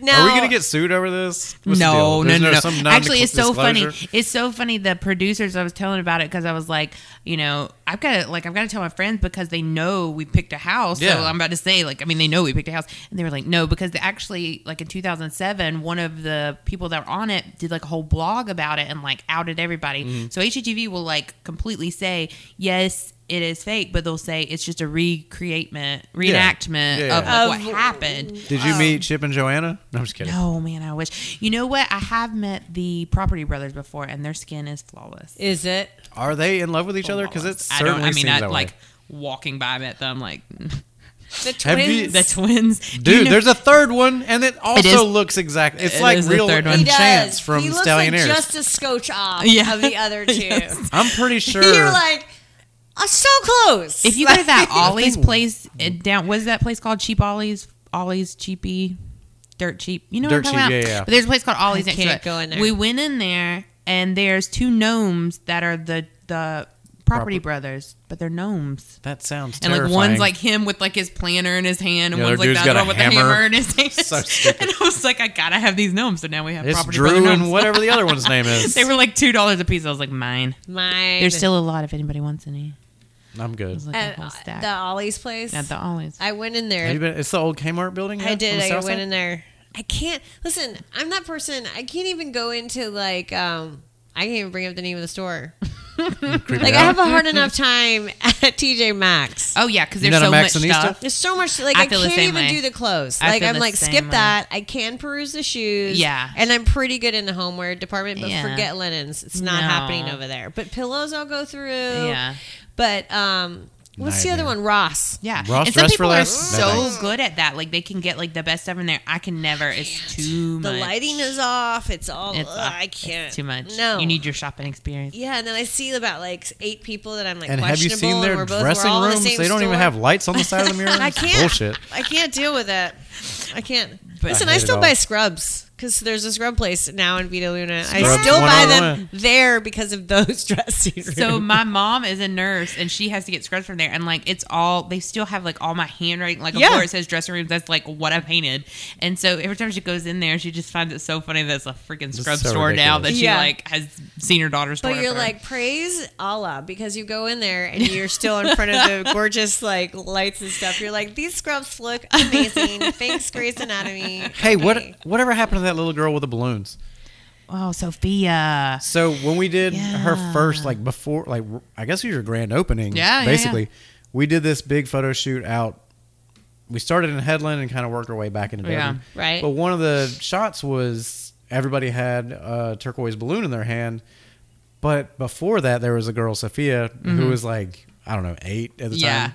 C: now,
D: Are we gonna get sued over this? What's the
E: no,
D: deal?
E: no,
D: There's
E: no, no.
D: some
E: Actually, it's so funny.
D: non-disclosure?
E: It's so funny. The producers, I was telling about it because I was like, you know, I've got to like, I've got to tell my friends because they know we picked a house.
D: Yeah.
E: So I'm about to say, like, I mean, they know we picked a house, and they were like, no, because they actually, like, in 2007, one of the people that were on it did like a whole blog about it and like outed everybody.
D: Mm-hmm.
E: So HGTV will like completely say yes. It is fake, but they'll say it's just a recreatment, reenactment
D: Yeah, yeah.
E: of, like,
C: Of-
E: what happened.
D: Did you meet Chip and Joanna? No, I'm just kidding.
E: Oh man, I wish. You know what? I have met the Property Brothers before, and their skin is flawless.
C: Is it?
D: Are they in love with each other? Because it
E: Oh, I
D: certainly
E: don't. I mean,
D: seems
E: I,
D: that way.
E: like walking by, I met them. Like (laughs)
C: The
D: Have you-
C: twins.
E: the twins,
D: Dude,
E: You know-
D: there's a third one, and it also
E: is-
D: looks exactly. It's
E: it
D: like
E: is the
D: real
E: third one.
D: and
C: He does.
D: chance from
C: he looks
D: Stallionaires.
C: Like just a scotch
D: (laughs)
C: off
E: Yeah.
C: of the other two.
E: Yes.
D: I'm pretty
C: (laughs)
D: sure.
C: You're like, "Oh, so close.
E: if you go to
D: (laughs)
E: that
C: Like-
E: Ollie's
D: think-
E: place it down, was that place called Cheap Ollie's? Ollie's Cheapy, dirt cheap. You know
D: Dirt
E: what I'm talking
D: cheap,
E: about?
D: yeah, yeah.
E: But there's a place called Ollie's
C: I
E: next to
C: can't
E: it.
C: go in there.
E: We went in there, and there's two gnomes that are the the Property
D: Proper-
E: Brothers, but they're gnomes.
D: that sounds
E: And like
D: terrifying.
E: one's like him with like his planner in his hand, and
D: The other
E: one's like
D: dude's
E: the
D: got
E: other
D: a
E: one with a
D: hammer.
E: hammer in his
D: (laughs)
E: hand.
D: So stupid.
E: and I was like, I gotta have these gnomes. So now we have
D: it's
E: property brother
D: Drew and
E: gnomes.
D: whatever the
C: (laughs)
D: other one's name is.
E: (laughs) They were like two dollars a piece. I was like, mine.
C: mine.
E: There's still a lot if anybody wants any.
D: I'm
E: It
D: good.
E: was like a
C: at
E: whole stack.
C: Uh, the Ollie's place.
E: At the Ollie's.
C: I went in there.
D: Have you been- it's the old Kmart building.
C: I did. I went in there. I can't listen. I'm that person. I can't even go into like. um I can't even bring up the name of the
E: (laughs)
C: store.
D: there.
C: Like I have a hard enough time at (laughs) TJ Maxx.
E: Oh yeah, because
D: You're
E: there's
D: not a
E: so much
D: Maxinista?
E: stuff.
C: There's so much. Like
E: I
C: I,
E: feel the
C: can't
E: same
C: even
E: way.
C: do the clothes.
E: I
C: like
E: feel
C: I'm
E: the
C: like
E: same
C: skip
E: way.
C: that. I can peruse the shoes.
E: Yeah.
C: and I'm pretty good in the homeware department, but
E: Yeah.
C: forget linens. It's not
E: No.
C: happening over there. But pillows, I'll go through.
E: Yeah.
C: But um, what's the other
D: Nightmare.
C: one? Ross.
E: Yeah,
D: Ross
E: and some
D: dress
E: people
D: for
E: are
D: less? No,
E: so
D: thanks.
E: good at that. Like they can get like the best stuff in there. I can never. It's too
C: The
E: much.
C: lighting is off. It's all.
E: It's
C: ugh,
E: off.
C: I can't.
E: It's too much.
C: No.
E: you need your shopping experience.
C: Yeah, and then I see about like eight people that I'm like
D: And have you
C: questionable.
D: seen
C: and
D: their
C: we're both,
D: dressing
C: we're all in
D: rooms?
C: The same
D: they don't even
C: store.
D: have lights on the
C: (laughs)
D: side of the mirror.
C: I
D: It's
C: can't.
D: Bullshit.
C: I can't deal with it. I can't. Listen,
D: I
C: I,
D: hate it
C: still
D: all.
C: buy scrubs because there's a scrub place now in Vita Luna. I
D: Scrubs
C: still buy them
D: 101.
C: there because of those (laughs) dressing rooms.
E: (laughs)
D: (laughs)
E: So my mom is a nurse and she has to get scrubs from there and like it's all they still have like all my handwriting like
C: Yeah.
E: of course it says dressing rooms that's like what I painted and so every time she goes in there she just finds it so funny that it's a freaking scrub
D: so
E: store now that
D: ridiculous.
E: she
C: Yeah.
E: like has seen her daughter's
C: but you're like praise Allah because you go in there and you're still in front of the (laughs) gorgeous like lights and stuff. You're like these scrubs look amazing. (laughs) Thanks Grey's Anatomy.
D: Hey, what
C: Okay.
D: whatever happened to that little girl with the balloons?
E: oh Sophia
D: So when we did her
E: Yeah.
D: first, like before, like I guess these are grand openings.
E: Yeah, yeah,
D: basically,
E: yeah.
D: we did this big photo shoot out. We started in Headland and kind of worked our way back into Devon.
E: Yeah.
C: Right.
D: But one of the shots was everybody had a turquoise balloon in their hand, but before that there was a girl Sophia who was like I don't know eight at the
E: Yeah.
D: time,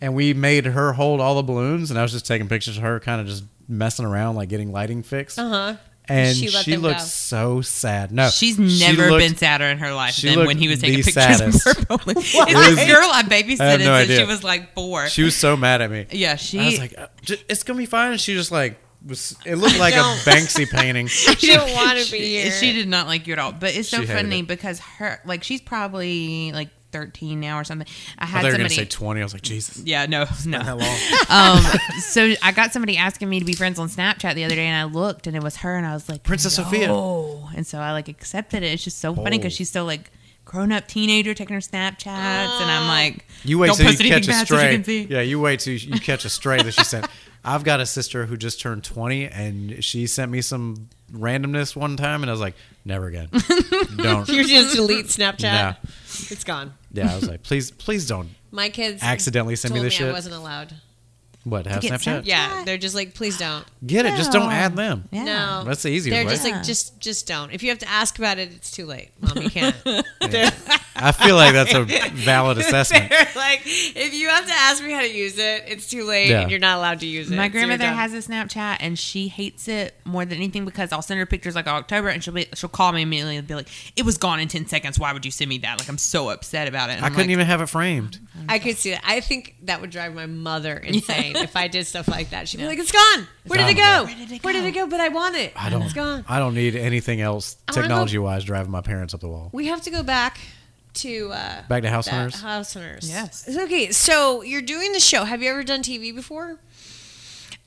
D: and we made her hold all the balloons, and I was just taking pictures of her, kind of just messing around, like getting lighting fixed. Uh
C: Uh-huh.
D: and she,
C: She let them
D: looked
C: go.
D: so sad. No, (laughs)
E: She's
D: she
E: never
D: looked-
E: been sadder in her life
D: she
E: than
D: looked
E: when he was taking
D: the
E: pictures
D: saddest.
E: of her balloon. (laughs) It's
D: It was-
E: this girl I babysitted
D: I have no
E: since she
D: idea.
E: was like four.
D: She was so mad at me.
E: yeah, she.
D: I was like, "Uh, j- it's gonna be fine. And she just like was.
E: (laughs)
D: It looked like a
C: don't.
D: Banksy painting.
C: you don't want (laughs) to be
E: she,
C: here.
E: she did not like you at all. But it's so
D: She hated
E: funny
D: it.
E: because her like she's probably like 13 now or something. I
D: I
E: had
D: thought you were gonna
E: somebody.
D: say twenty. I was like,
E: (laughs)
D: Jesus.
E: yeah, no,
D: How
E: no.
D: long? (laughs)
E: Um, so I got somebody asking me to be friends on Snapchat the other day, and I looked, and it was her, and I was like,
D: Princess
E: no.
D: Sophia. Oh.
E: And so I like accepted it. It's just so funny
D: Bold.
E: because she's still like grown up teenager taking her Snapchats, and
C: Oh.
E: I'm like,
D: You wait
E: don't
D: till you
E: post anything
D: catch a
E: bad so she
D: stray.
E: can see.
D: Yeah, you wait till you catch a stray that she sent. (laughs) I've got a sister who just turned twenty, and she sent me some randomness one time, and I was like, never again.
E: (laughs)
D: don't.
C: You (laughs) just delete Snapchat.
D: No.
C: It's gone.
D: Yeah, I was like, please, please don't
C: My kids
D: accidentally send
C: told
D: me
C: me
D: this
C: I
D: shit.
C: wasn't allowed.
D: What? Have
E: get
D: Snapchat?
E: sent-
C: Yeah, they're just like, please don't.
D: Get it. Just don't
E: No.
D: add them.
E: Yeah.
C: No,
D: That's the easiest
C: They're
D: way.
C: just
E: Yeah.
C: like, just, just don't. If you have to ask about it, it's too late. Mom, you can't.
D: I feel like that's
E: (laughs)
D: a valid (laughs)
C: (laughs)
D: assessment.
C: They're like, if you have to ask me how to use it, it's too late,
D: Yeah.
C: and you're not allowed to use it. So
E: My
C: you're
E: grandmother
C: done.
E: has a Snapchat and she hates it more than anything because I'll send her pictures like October and she'll be she'll call me immediately and be like, "It was gone in ten seconds. Why would you send me that? Like I'm so upset about it." And
D: I
E: I'm
D: couldn't
E: like,
D: even have it framed.
C: I could see that. I think that would drive my mother insane if I did stuff like that. She'd be like, "It's gone. Where did it
D: gone.
C: go? Where did it go? But I want it.
D: I don't.
C: It's gone.
D: I don't need anything else
C: I wanna go-
D: technology wise driving my parents up the wall.
C: We have to go back to uh,
D: Back to House
C: that-
D: Hunters?
C: House Hunters.
E: Yes.
C: Okay, so you're doing the show. Have you ever done TV before?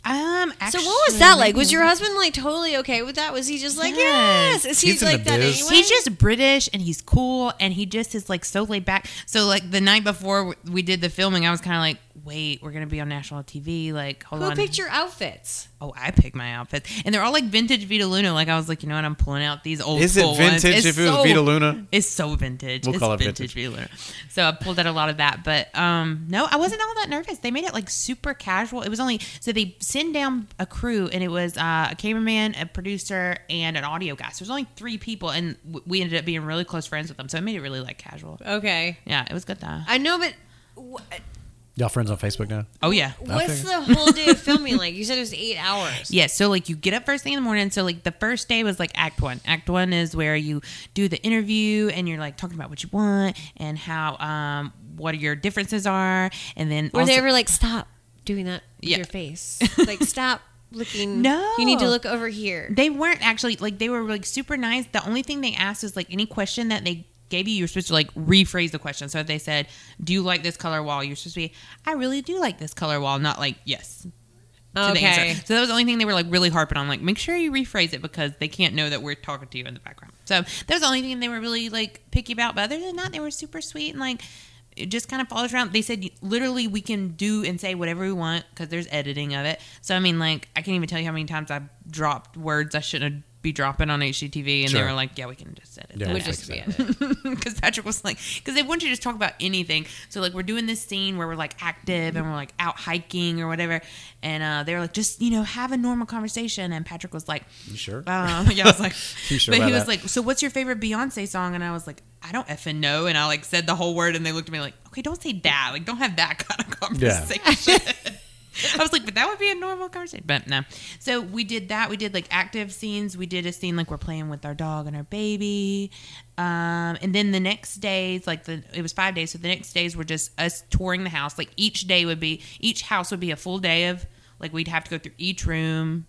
E: um.
C: so what was that
E: actually,
C: like? Was your husband like totally okay with that? Was he just like, yes?
E: Yes.
C: Is he
D: He's in the
C: like that
D: biz.
C: anyway?
E: He's just British and he's cool and he just is like so laid back. So like the night before we did the filming, I was kind of like, "Wait, we're gonna be on national TV. Like, hold
C: who
E: on."
C: picked your outfits?
E: Oh, I picked my outfits, and they're all like vintage Vita Luna. Like I was like, you know what? I'm pulling out these old.
D: Is it
E: school ones.
D: vintage
E: It's
D: if it was
E: so-
D: Vita Luna?
E: It's so vintage.
D: We'll
E: it's
D: call it
E: vintage, Vita Luna. So I pulled out a lot of that, but um, no, I wasn't all that nervous. They made it like super casual. It was only so they send down a crew, and it was uh, a cameraman, a producer, and an audio guy. So it was only three people, and w- we ended up being really close friends with them. So it made it really like casual.
C: Okay,
E: Yeah, it was good though.
C: I know, but wh-
D: Y'all friends on Facebook now?
E: Oh yeah.
C: what's the whole day
D: (laughs)
C: of filming like? You said it was eight hours.
E: Yeah, so like you get up first thing in the morning. So like the first day was like act one. Act one is where you do the interview and you're like talking about what you want and how um what your differences are, and then
C: Were they
E: also-
C: ever like, stop doing that with
E: Yeah.
C: your
E: (laughs)
C: face? Like, stop looking.
E: No.
C: You need to look over here.
E: They weren't actually like they were like super nice. The only thing they asked is like any question that they gave you, you're supposed to like rephrase the question. So if they said, "Do you like this color wall?" You're supposed to be, "I really do like this color wall," not like yes. To the
C: Okay.
E: answer. So that was the only thing they were like really harping on. Like, make sure you rephrase it because they can't know that we're talking to you in the background. So that was the only thing they were really like picky about. But other than that, they were super sweet and like it just kind of follows around. They said literally we can do and say whatever we want because there's editing of it. So I mean, like I can't even tell you how many times I've dropped words I shouldn't be dropping on HGTV, and
D: Sure.
E: they were like, "Yeah, we can just edit."
D: Yeah, we'll
E: that
C: Would
E: out."
D: fix
C: just be
D: that.
C: it.
E: (laughs) because Patrick was like, because they want you to just talk about anything. So like we're doing this scene where we're like active and we're like out hiking or whatever, and uh, they were like, just you know, have a normal conversation. And Patrick was like,
D: You sure?
E: (laughs) um, yeah, I
D: (laughs)
E: was like,
D: You sure
E: but
D: about
E: he was
D: that?
E: like, so what's your favorite Beyonce song? And I was like, I don't effing know. And I like said the whole word, and they looked at me like, okay, don't say that. Like, don't have that (laughs) kind of
D: Yeah.
E: conversation. (laughs) I was like, but that would be a normal conversation. But no. So we did that. We did like active scenes. We did a scene like we're playing with our dog and our baby. Um, and then the next days, like the it was five days, so the next days were just us touring the house. Like each day would be each house would be a full day of like we'd have to go through each room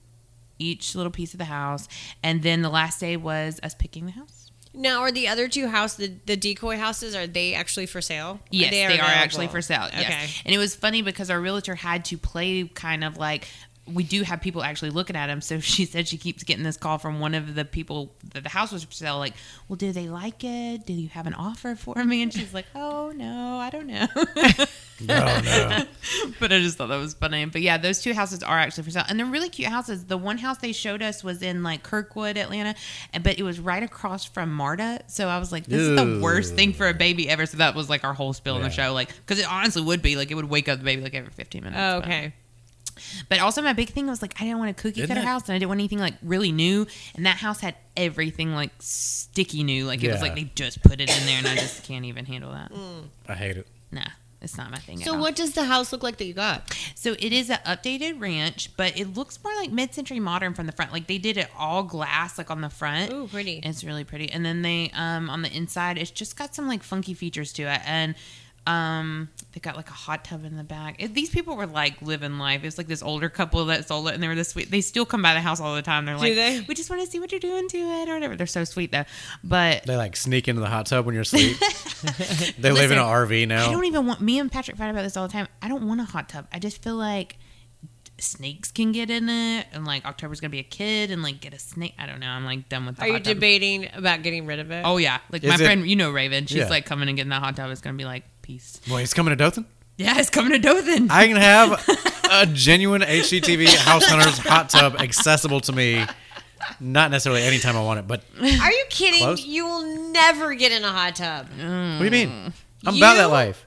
E: each little piece of the house. And then the last day was us picking the house.
C: Now, are the other two house the, the decoy houses are they actually for sale?
E: Yes, they are,
C: available?
E: actually for sale. Yes.
C: Okay.
E: And it was funny because our realtor had to play kind of like we do have people actually looking at them. So (laughs) she said she keeps getting this call from one of the people that the house was for sale, like, Well, do they like it? Do you have an offer for me? And she's like, Oh no, I don't know.
D: (laughs) No, no.
E: (laughs) but I just thought that was funny. But yeah, those two houses are actually for sale, and they're really cute houses. The one house they showed us was in like Kirkwood, Atlanta, and- but it was right across from Marta. So I was like, this is the
D: Ew.
E: worst thing for a baby ever. So that was like our whole spill in the
D: Yeah.
E: show, like because it honestly would be like it would wake up the baby like every fifteen minutes.
C: Oh,
E: but-
C: okay.
E: but also, my big thing was like, I didn't want a cookie
D: Isn't
E: cutter
D: it-
E: house, and I didn't want anything like really new. And that house had everything like sticky new. Like it was
D: Yeah.
E: like they just put it in there, and I just can't even handle that.
D: I hate it.
E: Nah, it's not my thing. at
C: So
E: all.
C: what does the house look like that you got?
E: So it is an updated ranch, but it looks more like mid-century modern from the front. Like they did it all glass, like on the front.
C: Ooh, pretty.
E: It's really pretty. And then they um on the inside, it's just got some like funky features to it, and um they got like a hot tub in the back. It, these people were like living life. It's like this older couple that sold it, and they were this sweet. They still come by the house all the time. They're like,
C: they?
E: we just want to see what you're doing to it or whatever. They're so sweet though. But
D: They like sneak into the hot tub when you're asleep. they live in
E: Listen,
D: an RV
E: I
D: now.
E: don't even want. Me and Patrick fight about this all the time. I don't want a hot tub. I just feel like snakes can get in it, and like October's gonna be a kid and like get a snake. I don't know. I'm like done with. The
C: Are you
E: hot tub.
C: debating about getting rid of it?
E: Oh yeah, like
D: Is
E: my
D: it-
E: friend, you know Raven. She's
D: Yeah.
E: like coming and getting that hot tub. It's gonna be like peace. (laughs)
D: Wait, it's coming to Dothan?
E: Yeah, it's coming to Dothan.
D: I can have a genuine HGTV House Hunters hot tub accessible to me. Not necessarily anytime I want it, but
C: Are you kidding?
D: Close.
C: You will never get in a hot tub.
D: what do you mean? I'm about
C: You-
D: that life.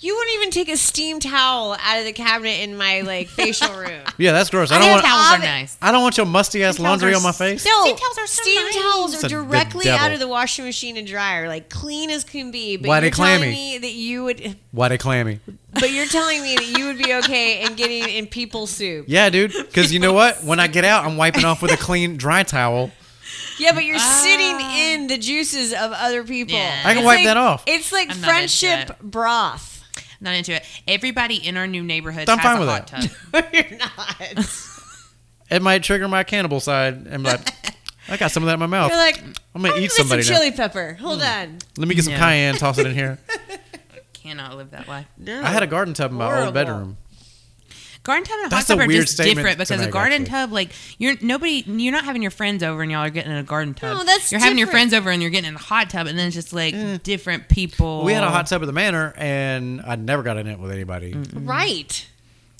C: You wouldn't even take a steam towel out of the cabinet in my
D: (laughs)
C: like facial room.
D: Yeah, that's gross. I
E: Steam
D: don't want.
E: towels are
C: Obvi-
E: nice.
D: I don't want your musty ass
E: Steam towels
D: laundry
E: are
D: on my
E: s-
D: face.
C: No,
E: Steam towels are so
C: steam
E: nice.
C: towels
D: It's
C: are
D: a- the
C: directly
D: devil.
C: out of the washing machine and dryer, like clean as can be. But
D: Why
C: you're
D: they
C: telling
D: clammy?
C: me that you would,
D: Why they clammy?
C: but you're telling me that you would be okay in getting in people
D: (laughs)
C: soup.
D: Yeah, dude. Because you know what? When I get out, I'm wiping off with a clean dry towel.
C: Yeah, but you're sitting in the juices of other people.
E: Ah. Yeah.
D: I can
C: It's
D: wipe
C: like-
D: that off.
C: It's like
E: I'm not into
C: friendship
E: it.
D: (laughs)
C: broth. (laughs)
E: Not into it. Everybody in our new neighborhood
D: I'm
E: has
D: fine
E: a
D: with
E: hot
D: that. (laughs)
E: tub.
C: you're not.
D: It might trigger my cannibal side and be like, I got some of that in my mouth.
C: You're like,
D: Oh. I'm gonna eat
C: give me
D: somebody
C: some
D: now. Hmm.
C: chili pepper. Hold on.
D: Let me get some
E: Yeah.
D: cayenne, toss it in
E: (laughs)
D: here.
E: Cannot live that life.
C: No.
D: I had a garden tub in my
C: Horrible.
D: old bedroom.
E: Garden tub and a hot
D: That's
E: tub
D: a
E: are
D: weird
E: just
D: statement
E: different
D: to
E: because a
D: make,
E: garden
D: actually.
E: tub, like you're nobody, you're not having your friends over and y'all are getting in a garden tub.
C: No, that's
E: you're having your
C: different.
E: friends over and you're getting in the hot tub, and then it's just like different people.
D: Eh. We had a hot tub at the manor, and I never got in it with anybody.
C: right.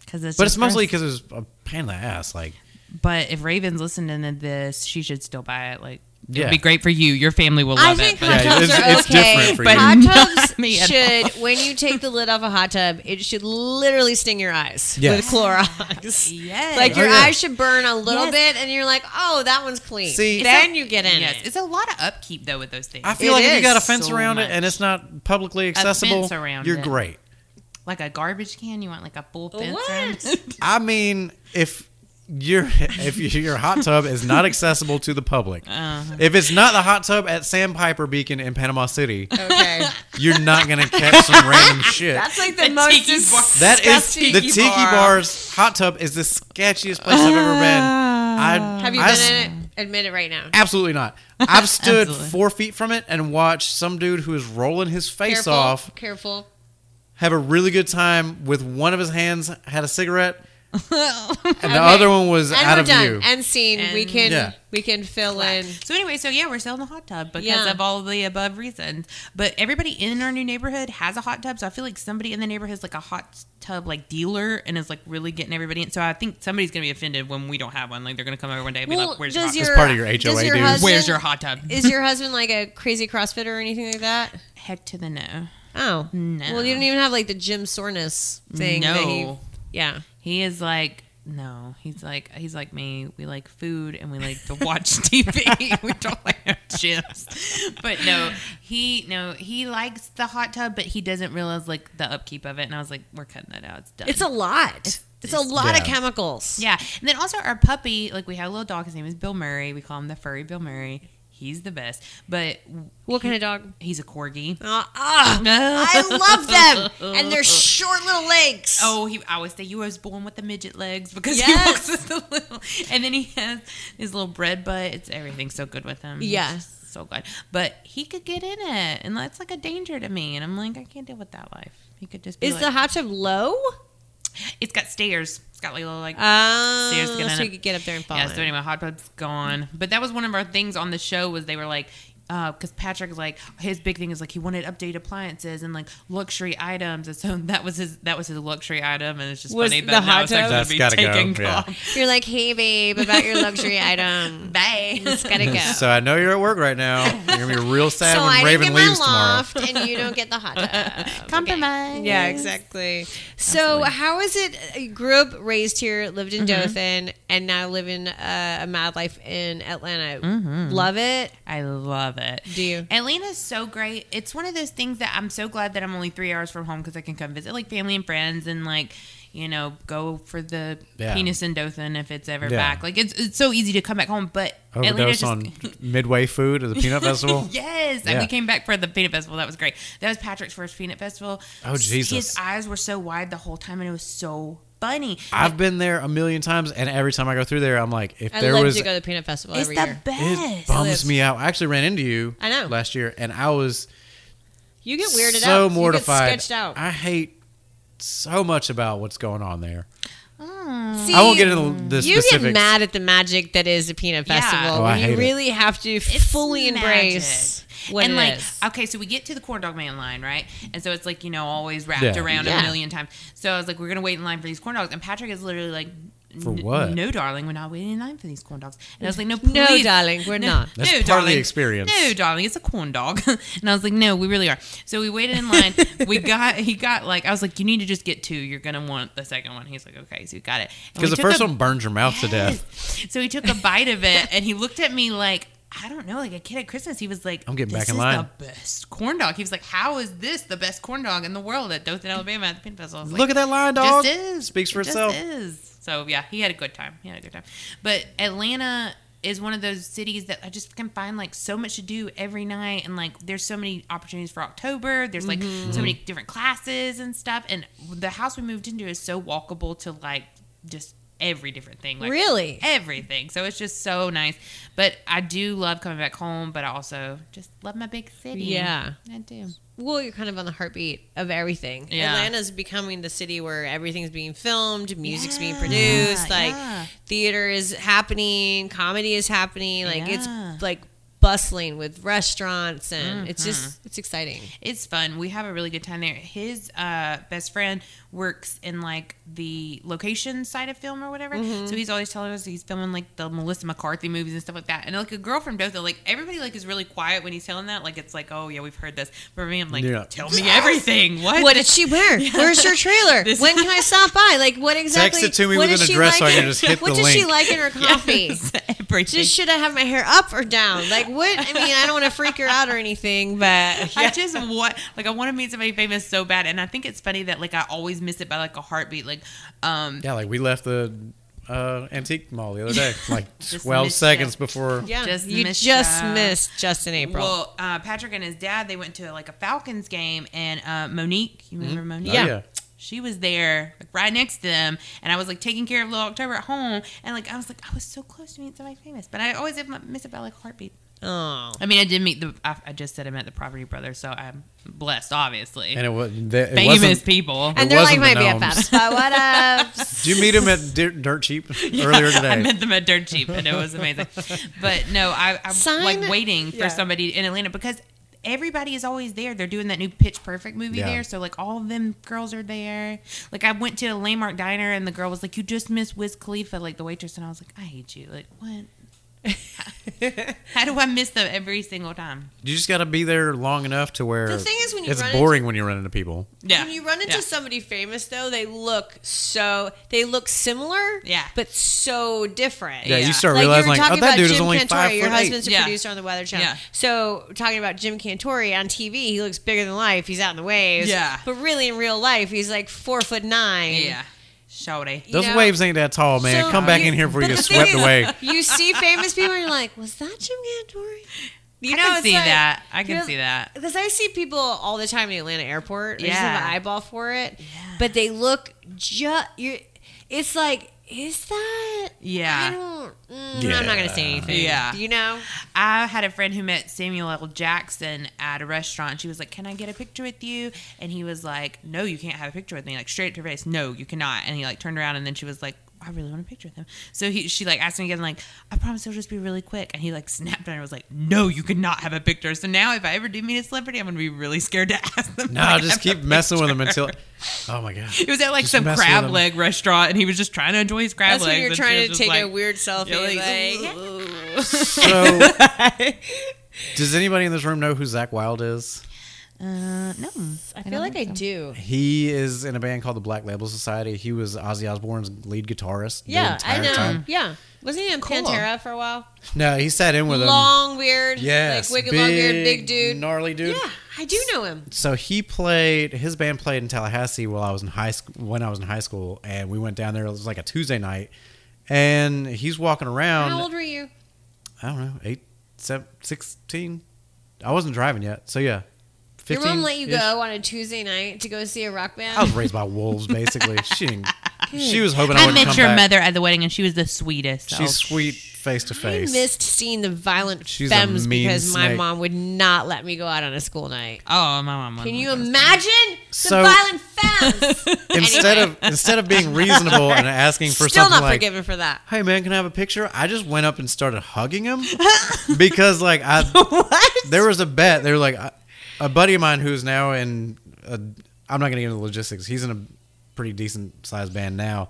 E: because it's
D: But
E: just
D: it's mostly
E: us.
D: because it was a pain in the ass. Like,
E: But if Raven's listening to this, she should still buy it. Like,
D: Yeah.
E: it'd be great for you. Your family will
C: I
E: love
C: think
E: it. but-
C: hot
D: Yeah,
C: tubs
D: it's-
C: are
D: it's
C: okay,
D: different for
C: but
D: you.
E: (laughs)
C: hot tubs
E: Not me at
C: should, when you take the lid off a hot tub, it should literally sting your eyes with
D: Yes.
C: Clorox.
E: (laughs) Yes.
C: Like your
D: Oh, yeah.
C: eyes should burn a little
E: Yes.
C: bit, and you're like, oh, that one's clean.
D: See-
C: then you get in
E: yes,
C: it.
E: it's a lot of upkeep though with those things.
D: I feel
C: It
D: like if you got a
C: is
D: fence
E: so
D: around
E: much.
D: it and it's not publicly accessible,
E: fence around
D: you're
E: it.
D: great.
E: like a garbage can, you want like a full fence.
C: What?
E: around it?
D: I mean, if your if your hot tub is not accessible to the public,
C: Uh-huh.
D: if it's not the hot tub at Sandpiper Beacon in Panama City,
E: (laughs)
C: Okay.
D: you're not gonna catch
C: (laughs)
D: some random shit.
C: That's like (laughs) the,
E: The
C: most
E: tiki bar-
C: disgusting.
D: That is the
E: Tiki
D: Tiki
E: Bar.
D: Bar's hot tub is the sketchiest place I've ever been. I,
C: Have you
D: I
C: been
D: s-
C: in it? Admit it right now.
D: Absolutely not. I've stood
E: Absolutely.
D: four feet from it and watched some dude who is rolling his face
C: Careful.
D: off
C: Careful.
D: have a really good time with one of his hands had
C: (laughs)
D: a cigarette and the other one was
C: And
D: out
C: we're
D: of
C: done.
D: view.
C: And seen. we
E: And-
C: can
D: Yeah.
C: we can fill in.
E: So anyway, so yeah, we're selling the hot tub because
C: Yeah.
E: of all the above reasons. But everybody in our new neighborhood has a hot tub, so I feel like somebody in the neighborhood is like a hot tub like dealer and is like really getting everybody in. So I think somebody's gonna be offended when we don't have one. Like they're gonna come over one day and be
C: Well,
E: like, "Where's your hot
C: does
E: tub?
C: your,
D: part of your
C: does
D: HOA, dude.
C: husband-
E: Where's your hot tub?"
C: Is your husband like a crazy CrossFitter or anything like that?
E: Heck to the no.
C: Oh
E: No.
C: Well, you don't even have like the gym soreness thing. that he-
E: No.
C: yeah.
E: He is like no. He's like he's like me. We like food and we like to watch (laughs) TV. we don't like our chips. But no, he no he likes the hot tub, but he doesn't realize like the upkeep of it. And I was like, we're cutting that out. It's done.
C: It's a lot. It's, a lot of
D: Yeah.
C: chemicals.
E: yeah. And then also our puppy, like we had a little dog. His name is Bill Murray. We call him the furry Bill Murray. He's the best. But
C: What kind of dog?
E: he's a corgi.
C: Uh,
E: (laughs)
C: ah, I love them, and their short little legs.
E: Oh, he I always say you was born with the midget legs (laughs) because
C: Yes.
E: he walks with the little, and then he has his little bread butt. It's everything's so good with him. He's
C: Yeah.
E: just so good. But he could get in it, and that's like a danger to me. And I'm like, I can't deal with that life. He could just be
C: is
E: like,
C: the hot tub low?
E: it's got stairs. It's got like little like
C: Um,
E: Stairs to get in
C: so
E: it.
C: you could get up there and fall.
E: Uh, yeah.
C: in.
E: So anyway, hot tub's gone. But that was one of our things on the show was they were like. Because Patrick is like his big thing is like he wanted updated appliances and like luxury items, and so (laughs) that was his that was his luxury item, and it's just
C: Was
E: funny
C: the
E: that
C: hot
E: now it's actually
C: tub?
E: gonna
D: That's
E: be
D: gotta go,
E: taken
D: yeah.
E: off.
C: You're like, hey babe, about your
E: (laughs)
C: luxury item.
E: Bye.
C: It's gotta go. So,
D: So I know you're at work right now. You're gonna be
C: (laughs)
D: real sad when
C: I
D: Raven
C: didn't get my
D: leaves tomorrow.
C: loft, and you don't get
D: (laughs)
C: the hot tub.
E: Compromise.
C: Yeah, exactly. So, how is it? uh, You grew up, raised here, lived in
D: Mm-hmm.
C: Dothan, and now live in uh, a mad life in Atlanta.
D: Mm-hmm.
C: Love it.
E: I love it.
C: Do you?
E: Atlanta's so great. It's one of those things that I'm so glad that I'm only three hours from home because I can come visit like family and friends and like you know go for the
D: Yeah.
E: penis and Dothan if it's ever
D: Yeah.
E: back. Like it's it's so easy to come back home, but Atlanta
D: Overdose
C: (laughs)
E: just.
D: on Midway Food at the Peanut Festival.
E: (laughs) Yes, and
D: Yeah.
E: we came back for the peanut festival. That was great. That was Patrick's first peanut festival.
D: Oh, Jesus.
E: His eyes were so wide the whole time, and it was so funny.
D: I've been there a million times, and every time I go through there, I'm like, if
C: I
D: there
C: love
D: was
C: to go to the Peanut Festival
E: It's
C: every
E: the
C: year.
D: It
E: best.
D: bums me out. I actually ran into you.
C: I know.
D: last year, and I was
C: You get weirded
D: so
C: out.
D: mortified.
C: You get sketched out.
D: I hate so much about what's going on there.
C: See,
D: I won't get into the
C: You get
D: specifics.
C: mad at the magic that is the Peanut
E: Yeah.
C: Festival.
D: Oh, I
C: when
D: hate
C: you
D: it.
C: really have to fully embrace
E: magic.
C: what
E: and
C: it
E: like
C: is.
E: okay so we get to the corn dog man line right and so it's like you know always wrapped
D: Yeah.
E: around
C: Yeah.
E: a million times so i was like we're gonna wait in line for these corn dogs and patrick is literally like
D: For
E: "N-
D: what?"
E: no darling we're not waiting in line for these corn dogs and i was like no please.
C: No, darling, we're not.
D: That's part of the experience.
E: no darling it's a corn dog (laughs) and i was like no we really are so we waited in line
C: (laughs)
E: we got he got like i was like you need to just get two you're gonna want the second one he's like okay so we got it And
D: Because
E: we
D: the
E: took
D: first
E: a-
D: one burns your mouth to death.
E: Yes. (laughs) So he took a bite of it and he looked at me like, I don't know, like a kid at Christmas. He was like,
D: I'm getting
E: this
D: back in
E: is
D: line."
E: the best corn dog. He was like, How is this the best corn dog in the world at Dothan, Alabama at the Pin Festival? I was like,
D: Look at that line, dog.
E: just is.
D: Speaks for
E: It just
D: itself.
E: is. So yeah, he had a good time. He had a good time. But Atlanta is one of those cities that I just can find like so much to do every night, and like there's so many opportunities for October. There's like
D: Mm-hmm.
E: so many different classes and stuff. And the house we moved into is so walkable to like just every different thing. Like,
C: Really?
E: everything. So it's just so nice. But I do love coming back home. But I also just love my big city.
C: Yeah.
E: I do.
C: well, you're kind of on the heartbeat of everything.
E: Yeah.
C: Atlanta's becoming the city where everything's being filmed, music's being
E: Yeah,
C: produced, like
E: yeah.
C: theater is happening, comedy is happening. Like
E: Yeah. Mm-hmm.
C: it's like bustling with restaurants, and it's just it's exciting.
E: it's fun. We have a really good time there. His uh, best friend works in like the location side of film or whatever,
C: Mm-hmm.
E: so he's always telling us he's filming like the Melissa McCarthy movies and stuff like that. And like a girl from Dothan, like everybody like is really quiet when he's telling that. Like it's like, oh yeah, we've heard this. But for me, I'm like,
D: Yeah.
E: tell me
C: (laughs)
E: everything. What?
C: What did she wear? Where's your trailer?
E: (laughs) This-
C: when can I stop by? Like what exactly?
D: it to me
C: what does
D: with an
C: she
D: address so I
C: like
D: can
C: in-
D: just
C: (laughs)
D: hit
C: What
D: the
C: does she
D: link.
C: like in
D: (laughs)
C: her coffee?
E: (laughs) Yes, (laughs) everything.
C: Just should I have my hair up or down? Like what? I mean, I don't want to freak her out or anything, but
E: (laughs) (laughs)
C: (laughs)
E: I just want like I want to meet somebody famous so bad, and I think it's funny that like I always miss it by like a heartbeat. Like, um,
D: Yeah, like we left the uh, antique mall the other
C: (laughs)
D: day, like
E: Just
D: 12
E: missed it.
D: seconds before.
C: Yeah,
E: Just
C: you
E: missed
C: just
E: ya.
C: missed Justin April.
E: Well, uh, Patrick and his dad they went to like a Falcons game, and uh, Monique, you remember Monique?
D: Oh, yeah. Yeah.
E: She was there, like right next to them, and I was like taking care of little October at home, and like I was like I was so close to meeting somebody famous, but I always have my- miss it by like a heartbeat.
C: oh,
E: I mean, I did meet the I, I just said I met the Property Brothers, so I'm blessed, obviously.
D: And it was that, it
E: famous
D: wasn't-
E: (laughs) people.
C: and they're like my
D: wasn't the gnomes.
C: BFFs. But what up? (laughs)
D: Did you meet him at Dirt, Dirt
E: (laughs)
D: Cheap earlier today?
E: I met them at Dirt Cheap, and it was amazing.
D: (laughs)
E: but no, I, I'm
C: Sign-
E: like waiting for
C: yeah.
E: somebody in Atlanta because everybody is always there. They're doing that new Pitch Perfect movie
D: Yeah.
E: there, so like all of them girls are there. Like I went to a landmark diner, and the girl was like, "You just missed Wiz Khalifa," like the waitress, and I was like, "I hate you." Like
C: (laughs)
E: what? How do I miss them every single time?
D: you just got to be there long enough to where
C: The thing is when you
D: it's
C: run into-
D: boring when you run into people.
E: Yeah,
C: When you run into
E: Yeah.
C: somebody famous, though, they look so they look similar,
E: Yeah.
C: but so different.
D: Yeah,
E: Yeah.
D: you start
C: Like you were
D: realizing, like,
C: talking
D: oh, that
C: about
D: dude is
C: Jim
D: only
C: Cantori,
D: five
C: Your
D: foot eight.
C: husband's a
E: Yeah.
C: producer on the Weather Channel.
E: Yeah.
C: So talking about Jim Cantori on TV, he looks bigger than life. He's out in the waves.
E: Yeah.
C: but really in real life, he's like four foot nine.
E: yeah. Shawty.
D: Those
C: know-
D: waves ain't that tall, Oh, man.
C: So
D: Come back
C: you-
D: in here before you
C: but
D: get
C: the thing
D: swept
C: is,
D: away.
C: (laughs) You see famous people, and you're like, was that Jim Gantori? You
E: I can
C: it's
E: see
C: like-
E: that. I can
C: you know,
E: see that.
C: Because I see people all the time in the Atlanta airport. I just have
E: Yeah.
C: an eyeball for it. But they look just. It's like, is that? I
E: Yeah.
C: don't. Mm, I'm not gonna say
D: Yeah.
C: anything.
E: Yeah.
C: You know.
E: I had a friend who met Samuel L. Jackson at a restaurant. She was like, Can I get a picture with you? And he was like, No, you can't have a picture with me. Like, straight to her face, No, you cannot. And he like turned around and then she was like, I really want a picture with him. So he, she like asked him again, like, I promise it'll just be really quick. And he like snapped at her and was like, No, you cannot have a picture. So now if I ever do meet a celebrity, I'm going to be really scared to (laughs) ask them.
D: No,
E: if I can
D: just
E: have a
D: keep messing with them
E: (laughs) picture.
D: until. (laughs) Oh
C: (laughs)
D: my god.
E: It was at like
D: Just
E: some
D: mess with
E: crab
D: them.
E: leg restaurant, and he was just trying to enjoy his crab
C: That's
E: legs.
C: when you're
E: and she was
C: trying to
E: just
C: take
E: like-
C: a weird selfie.
E: you're
C: like,
E: (laughs)
D: So, does anybody in this room know who Zach Wild is?
E: Uh, no,
C: (laughs) I feel like I do.
D: He is in a band called the Black Label Society. He was Ozzy Osbourne's lead guitarist. the
C: Yeah, I
D: entire
C: know.
D: time.
C: Yeah. Wasn't he in Pantera for a while?
D: No, he sat in with him.
C: Long, weird.
D: Yes,
C: Like, wicked long, weird, big dude.
D: gnarly dude.
C: Yeah, I do know him.
D: So he played. His band played in Tallahassee while I was in high school. When I was in high school, and we went down there. It was like a Tuesday night, and he's walking around.
C: How old were you?
D: I don't know, eight, seven, 16. I wasn't driving yet. So yeah. 15
C: Your mom let you go on a Tuesday night to go see a rock band.
D: I was raised by wolves, basically.
C: (laughs)
D: she didn't, she was hoping I,
E: I
D: wouldn't
E: met
D: come
E: your
D: back.
E: mother at the wedding, and she was the sweetest.
D: She's sweet face to
C: I
D: face.
C: missed seeing the violent
D: She's a
C: femmes
D: mean
C: because my
D: snake.
C: mom would not let me go out on a school night.
E: Oh, my mom.
C: Can you imagine the
D: So-
C: violent femmes?
D: Instead of instead of being reasonable and asking (laughs) for
C: Still
D: something
C: not
D: like,
C: forgiven for that.
D: "Hey man, can I have a picture?" I just went up and started hugging him because like I
C: (laughs)
E: what?
D: (laughs) there was a bet. They were like I- a buddy of mine who's now in. A, I'm not gonna get into the logistics. He's in a pretty decent sized band now.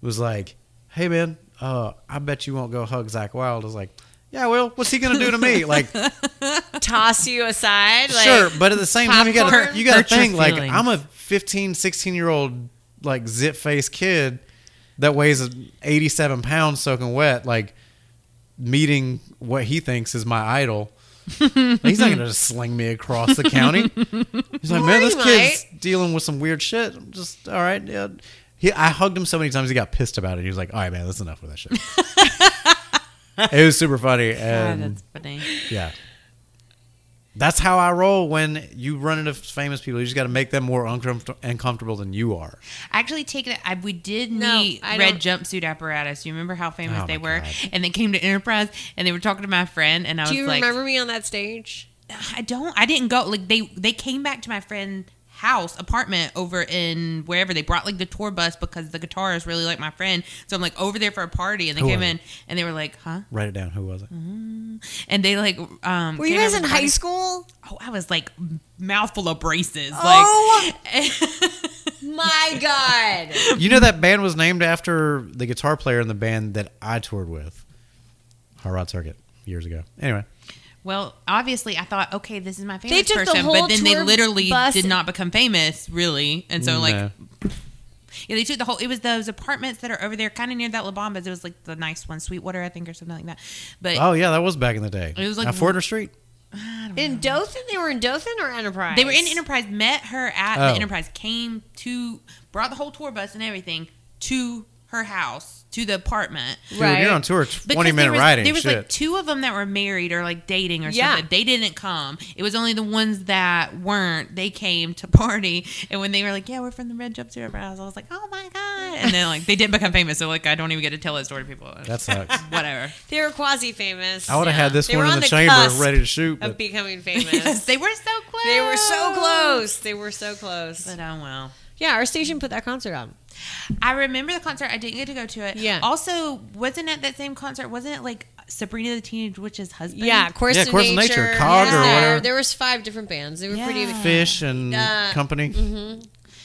D: Was like, hey man, uh, I bet you won't go hug Zach Wild. I was like, yeah, well, what's he gonna do to me? Like,
C: Toss you aside. Like,
D: sure, but at the same time, you
C: popcorn?
D: gotta you gotta
E: Hurt your
D: think like
E: feelings.
D: I'm a 15, 16 year old like zit faced kid that weighs 87 pounds soaking wet. Like meeting what he thinks is my idol. He's not gonna just sling me across the county. He's like,
C: Or
D: man,
C: he
D: this kid's dealing with some weird shit. I'm just all right. Yeah. He, I hugged him so many times he got pissed about it. He was like, all right, man, that's enough with that shit. it was super funny. And
E: that's funny.
D: yeah. That's how I roll when you run into famous people. You just got to make them more uncomfort- uncomfortable than you are.
E: Actually, take it. I, we did
C: No,
E: meet
C: I
E: Red
C: don't-
E: Jumpsuit Apparatus. You remember how famous
D: Oh,
E: they
D: my
E: were?
D: God.
E: And they came to Enterprise, and they were talking to my friend, and I
C: Do
E: was
C: you
E: like,
C: remember me on that stage?
E: I don't. I didn't go. Like they they came back to my friend house apartment over in wherever they brought like the tour bus because the guitarist really liked my friend so i'm like over there for a party and they
D: Who
E: came
D: was
E: in and they were like huh
D: Write it down. Who was it?
E: Mm-hmm. and they like um
C: Were you
E: came
C: guys
E: over
C: in
E: the
C: high
E: party.
C: school?
E: oh i was like mouthful of braces like
C: Oh. (laughs) My God.
D: You know that band was named after the guitar player in the band that I toured with, Harrod Circuit, years ago. Anyway,
E: Well, obviously, I thought, okay, this is my famous
C: took the
E: person,
C: whole
E: but then they
C: tour
E: literally
C: bus-
E: did not become famous, really. And so, like,
D: No.
E: yeah, they took the whole. It was those apartments that are over there, kind of near that La Bombas. It was like the nice one, Sweetwater, I think, or something like that. But
D: oh yeah, that was back in the day.
E: It was like-
D: at Fortner Street.
C: (laughs) In Dothan? They were in Dothan or Enterprise?
E: they were in Enterprise, met her at
D: Oh.
E: the Enterprise, came to, brought the whole tour bus and everything to her house, to the apartment.
D: Dude,
C: Right.
D: you're on tour,
E: Because
D: twenty minute
E: there was,
D: riding.
E: There was
D: shit.
E: like two of them that were married or like dating or
C: Yeah.
E: something. They didn't come. It was only the ones that weren't. They came to party, and when they were like, "Yeah, we're from the Red Jumpsuit Apparatus," I was like, "Oh my god!" And then like they didn't become famous, so like I don't even get to tell that story to people.
D: that
E: (laughs)
D: sucks.
C: (laughs)
E: Whatever.
C: They were quasi famous.
D: I would
E: (laughs)
D: have had this
C: They
D: one
C: were
D: in
C: on
D: the,
C: the
D: chamber,
C: cusp
D: ready to shoot.
C: Of
D: But (laughs)
C: becoming famous.
E: yes, they were so close.
C: They were so close. They were so close.
E: But oh well.
C: Yeah, our station put that concert on.
E: I remember the concert. I didn't get to go to it.
C: Yeah.
E: Also, wasn't at that same concert? Wasn't it like Sabrina the Teenage Witch's husband?
C: Yeah, Course,
D: Yeah,
C: of,
D: Course of
C: Nature.
D: Nature, Cog
C: was
D: or
C: there.
D: whatever.
C: There was five different bands. They were pretty.
E: Yeah. Mm-hmm.
D: Fish and
C: Uh,
D: Company.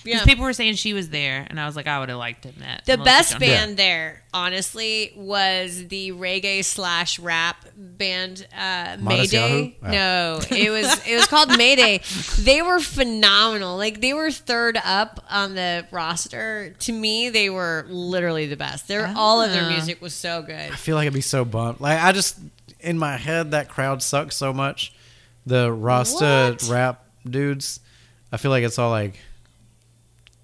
C: Yeah.
E: People were saying she was there, and I was like, I would have liked to met.
C: the
E: Melissa
C: best
E: Joan.
C: band there, honestly, was the reggae slash rap band uh,
D: Modest
C: Mayday.
D: Yahoo? Oh.
C: No, it was it was called
D: (laughs)
C: Mayday. They were phenomenal. Like they were third up on the roster. To me, they were literally the best. Their all of their
E: Ah.
C: music was so good.
D: I feel like I'd be so bummed. Like I just in my head that crowd sucks so much. The Rasta
C: What?
D: rap dudes. I feel like it's all like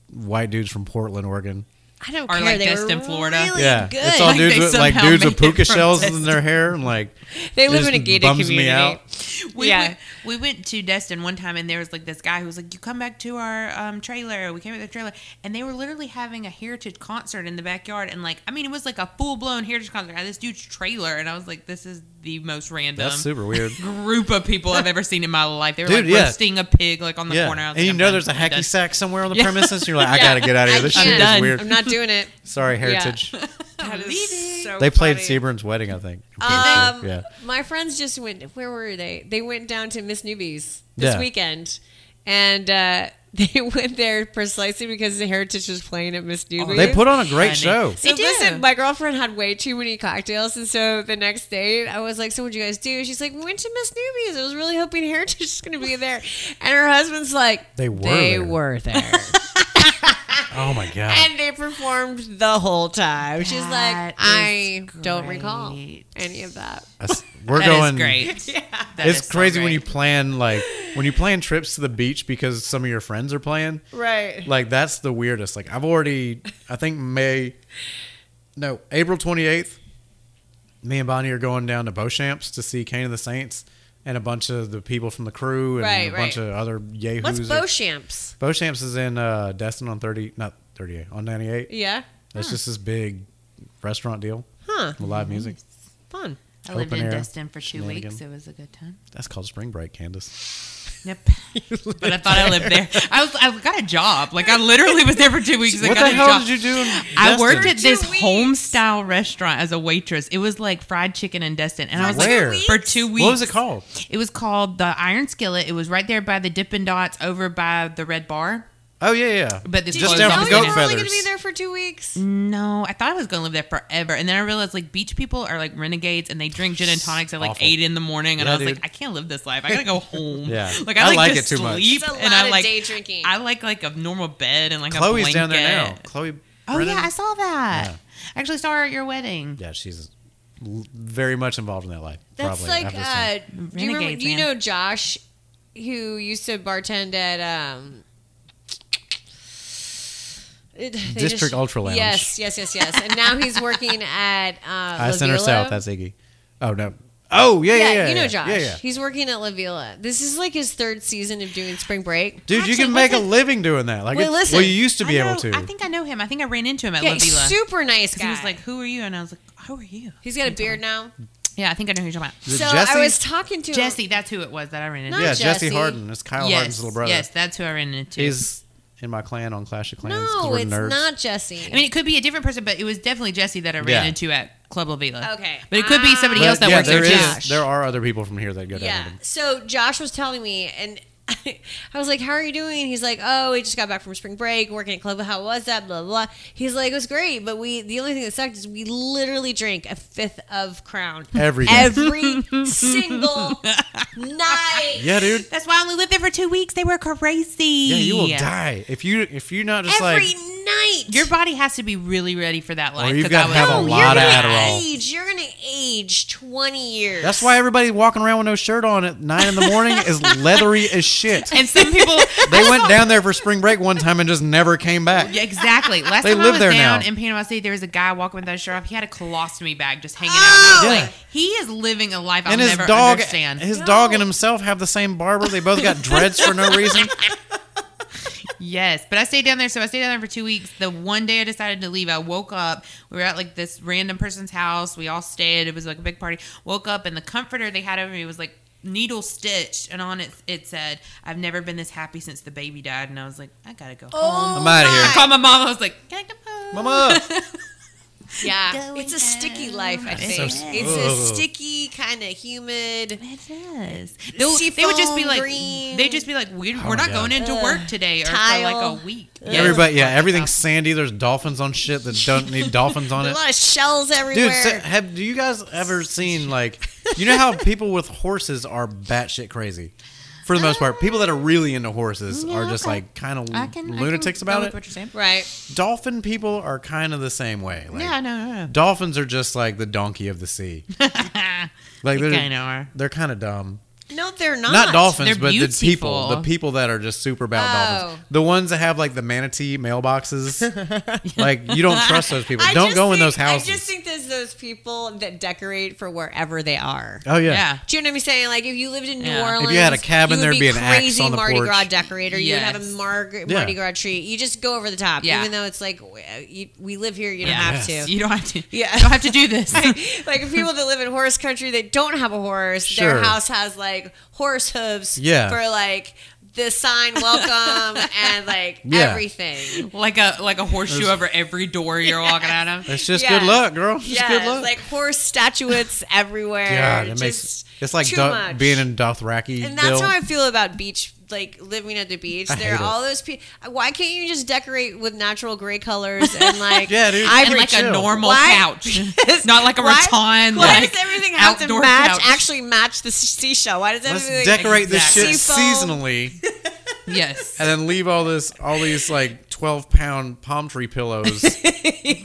D: white dudes from Portland, Oregon.
C: I don't
E: Or,
C: care.
E: like,
C: they
E: this
C: were
E: in Florida.
C: really
D: yeah,
C: good. (laughs)
D: it's all
E: Like,
D: dudes
E: they
D: with like
E: somehow
D: dudes with
E: made it
D: puka
E: from
D: shells in
E: Texas.
D: their hair and like
C: they live
D: just
C: in a gated
D: bums
C: community.
D: me out.
E: We
C: Yeah.
E: went, we went to Destin one time, and there was like this guy who was like, "You come back to our um, trailer." We came back to the trailer, and they were literally having a heritage concert in the backyard, and like, I mean, it was like a full blown heritage concert at this dude's trailer, and I was like, "This is the most random
D: That's
C: (laughs)
D: super weird.
E: group of people I've ever seen in my life." They were
D: Dude,
E: like
D: yeah.
E: roasting a pig like on the
D: yeah,
E: corner. I was
D: and you
E: like,
D: know
E: "I'm
D: there's a
E: done.
D: hacky
E: I'm done."
D: sack somewhere on the
E: Yeah.
D: premises. You're like, I gotta get out of here. This
C: (laughs) I
D: shit is
C: can't. Oh,
D: weird.
C: I'm not doing (laughs) it.
D: Sorry, Heritage.
C: (laughs) That is so
D: They played
C: funny.
D: Seburn's wedding, I think. I'm
C: Um,
D: pretty sure.
C: My friends just went. Where were they? They went down to Miss Newbies this
D: Yeah.
C: weekend, and uh, (laughs) they went there precisely because the Heritage was playing at Miss Newbies.
D: yeah, they put on a great
E: Funny.
D: show.
C: So
E: So
C: listen,
E: good.
C: my girlfriend had way too many cocktails, and so the next day I was like, "So what'd you guys do?" She's like, "We went to Miss Newbies. I was really hoping Heritage was going to be there," and her husband's like,
D: They were
C: they
D: there."
C: were there,
D: Oh my god.
C: and they performed the whole time." She's like,
E: That
C: "I
E: is
C: don't recall
E: great.
C: any of that."
D: That's- We're
E: That is
D: going
E: (laughs) great. That
D: it's
E: is so
D: crazy when
E: great.
D: you plan like when you plan trips to the beach because some of your friends are playing.
C: Right.
D: Like that's the weirdest. Like I've already I think May no, April 28th me and Bonnie are going down to Beauchamps to see Kane of the Saints and a bunch of the people from the crew and
C: Right,
D: a bunch
C: right.
D: of other yahoos.
C: What's
D: or-
C: Beauchamp's?
D: Beauchamps is in uh, Destin on 30 not 38 on 98.
C: Yeah.
D: It's just this big restaurant deal
C: Huh.
D: with
E: Mm-hmm.
D: live music.
C: Fun.
E: I lived
D: open
E: in
D: air
E: Destin for two
D: shenanigan.
E: weeks. It was a good time.
D: That's called spring break, Candace.
E: Yep. (laughs) but I thought I lived there. I was. I got a job. Like I literally was there for two weeks. I
D: What
E: got
D: the
E: a
D: hell
E: job.
D: did you do? in
E: I
D: Destin?
E: worked at
C: two
E: this
C: weeks.
E: home style restaurant as a waitress. It was like fried chicken and Destin, and I was
D: Where?
E: like for two weeks.
D: What was it called?
E: It was called the Iron Skillet. It was right there by the Dippin' Dots, over by the Red Bar.
D: Oh yeah, yeah.
E: But this
D: Just
E: was
D: down
E: open
D: from
E: now.
D: Goat
C: were only going to be
D: Feathers.
C: there for two weeks.
E: No, I thought I was gonna live there forever, and then I realized like beach people are like renegades, and they drink gin and tonics at like
D: Awful.
E: eight in the morning, and
D: Yeah,
E: I was
D: dude.
E: like, I can't live this life. I
D: (laughs)
E: gotta go home.
D: Yeah.
E: like
D: I
E: I like,
D: like
E: to
D: it too much.
E: sleep,
C: It's a
E: and
C: lot
E: I
C: of
E: like
C: day drinking.
E: I like like a normal bed and like a
D: Chloe's
E: blanket.
D: down there now. Chloe.
E: Oh
D: Brennan?
E: yeah, I saw that.
D: Yeah.
E: I actually saw her at your wedding.
D: Yeah, she's l- very much involved in that life.
C: That's
D: probably,
C: like,
D: I've just seen.
C: uh, do you, remember,
E: Renegades,
C: do you
E: man.
C: know Josh, who used to bartend at um, it- they
D: District Ultra Lounge.
C: Yes, yes, yes, yes. and now he's working at uh,
D: (laughs) I Center
C: Lavilla.
D: South. That's Iggy. Oh no. Oh yeah, yeah,
C: yeah,
D: yeah
C: you know
D: yeah.
C: Josh.
D: Yeah, yeah.
C: He's working at La Villa. This is like his third season of doing Spring Break.
D: Dude, you
E: Actually,
D: can make a
E: wasn't-
D: living doing that. Like,
C: Wait,
D: it-
C: listen.
D: well, you used to be
E: I know,
D: able to.
E: I think I know him. I think I ran into him at
C: Yeah,
E: La
C: he's
E: Vila.
C: super nice
E: 'Cause
C: guy.
E: He was like, "Who are you?" And I was like, "Who are you?"
C: he's got a beard now.
E: Yeah, I think I know who you're talking
D: Is it
C: So
D: Jesse?
C: I was talking to him-
E: Jesse, that's who it was that I ran into.
C: Not
D: yeah, Jesse
C: Jesse.
D: Harden. It's Kyle
E: yes,
D: Harden's little brother.
E: Yes, that's who I ran into.
D: He's in my clan on Clash of Clans. 'cause
C: No,
D: we're
C: it's
D: nerds.
C: not Jesse.
E: I mean, it could be a different person, but it was definitely Jesse that I ran
D: Yeah.
E: into at Club La Vila.
C: Okay.
E: but it could be somebody
D: But
E: else that
D: yeah,
E: works there
D: there
E: too.
D: is.
C: Josh.
D: There are other people from here that go down.
C: yeah.
D: with him.
C: So Josh was telling me, and (laughs) I was like, "How are you doing?" And he's like, "Oh, we just got back from spring break, working at club. How was that?" Blah blah. blah. He's like, "It was great, but we the only thing that sucked is we literally drank a fifth of Crown
D: Every day.
C: every (laughs)
D: (laughs)
C: single night.
D: Yeah, dude.
E: That's why I only lived there for two weeks. They were crazy.
D: Yeah, you will die if you if you're not just
C: every
D: like
C: night.
E: Your body has to be really ready for that life.
D: you've
E: 'cause
D: gotta
E: I was-
D: have a
C: No,
D: lot of
C: you're gonna
D: Adderall.
C: Age. You're gonna age twenty years.
D: That's why everybody walking around with no shirt on at nine in the morning is leathery as shit.
E: (laughs) And some people,
D: (laughs) They went down there for spring break one time and just never came back.
E: (laughs) Yeah, exactly. Last
D: They
E: time
D: live
E: I was
D: there
E: down
D: now.
E: in Panama City, there was a guy walking with that shirt off. He had a colostomy bag just hanging out. And I was
D: Yeah.
E: like, he is living a life I'll
D: And his
E: never
D: dog,
E: understand.
D: his dog and himself have the same barber. They both got dreads for no
E: (laughs)
D: reason.
E: Yes, but I stayed down there. So I stayed down there for two weeks. The one day I decided to leave, I woke up. We were at like this random person's house. We all stayed. It was like a big party. Woke up and the comforter they had over me was like needle stitched, and on it it said, "I've never been this happy since the baby died." And I was like, I gotta go
C: Oh,
E: home.
D: I'm outta here.
E: I called Oh my mom. I was like, Can I come home?
D: Mama,
C: Yeah,
E: Going
C: it's a sticky life. I
E: down.
C: think
D: So-
C: it's
D: Ugh.
C: a sticky kind of humid.
E: It is. They, they would just be
C: Seafoam
E: like,
C: green.
E: they'd just be like, we're,
D: Oh my
E: we're not
D: God.
E: going into work today or for
C: Tile.
E: like a week. Yes.
D: everybody, yeah, everything's sandy. There's dolphins on shit that don't need dolphins on
C: A
D: it.
C: lot of shells everywhere.
D: Dude, so- have do you guys ever seen like you know how people with horses are batshit crazy? For the most part, people that are really into horses are just like kind
E: I
D: of
E: can
D: lunatics
E: I can go
D: about
E: with
D: it.
E: What you're saying.
C: right.
D: Dolphin people are kind of the same way. Like,
E: Yeah, no, (laughs) no, no.
C: (laughs)
D: Dolphins are just like the donkey of the sea. Like
E: They
D: they're
E: kinda are.
D: They're kind of dumb.
C: No, they're not.
D: Not dolphins,
E: They're
D: but the people,
E: beautiful.
D: the people that are just super about dolphins.
C: Oh.
D: The ones that have like the manatee
C: (laughs)
D: mailboxes. (laughs) like you don't trust those people.
C: I
D: don't
C: just
D: go in
C: think-
D: those houses.
C: I just think there's those people that decorate for wherever they are.
D: oh yeah.
E: Yeah.
C: Do you know what I'm saying? Like if you lived in New
E: Yeah. If you
C: Orleans,
D: had a cabin,
C: you would
D: there'd be an axe
C: crazy
D: on the
C: Mardi
D: porch.
C: Gras decorator. You would have a
E: Yes.
C: Mar-
D: Yeah.
C: Mardi Gras tree. You just go over the top,
E: Yeah.
C: even though it's like w- you, we live here. You don't
E: Yeah.
C: have
D: Yes.
C: to.
E: (laughs) You don't have to.
C: Yeah.
E: You don't have to
C: (laughs)
E: do this.
C: like people that live in horse country that don't have a horse,
D: Sure.
C: their house has like horse hooves
D: Yeah.
C: for like the sign
D: (laughs)
C: welcome and like
D: Yeah.
C: everything.
E: (laughs) like a like a horseshoe over every door you're walking out of.
D: It's just
C: Yes.
D: good luck, girl. Just
C: Yeah,
D: good luck.
C: like horse statuettes everywhere.
D: God, it
C: Just
D: makes it's like
C: too
D: Do-
C: much.
D: being in Dothraki.
C: And that's
D: Bill.
C: how I feel about beach, like living at the beach.
D: I
C: there
D: hate
C: are
D: it.
C: all those people. Why can't you just decorate with natural gray colors
D: (laughs)
C: and like
D: Yeah, dude.
C: ivory
E: and like
D: chill.
E: a normal
C: Why- (laughs)
E: couch, (laughs) not like a
C: Why-
E: rattan.
C: Why
E: like
C: does everything have to
E: outdoor
C: match?
E: couch.
C: Actually, match the s- seashell. Why does
D: Let's
C: everything
D: decorate this shit
C: Exactly.
D: seasonally,
E: (laughs) Yes.
D: and then leave all this, all these like twelve pound palm tree
E: (laughs)
D: pillows.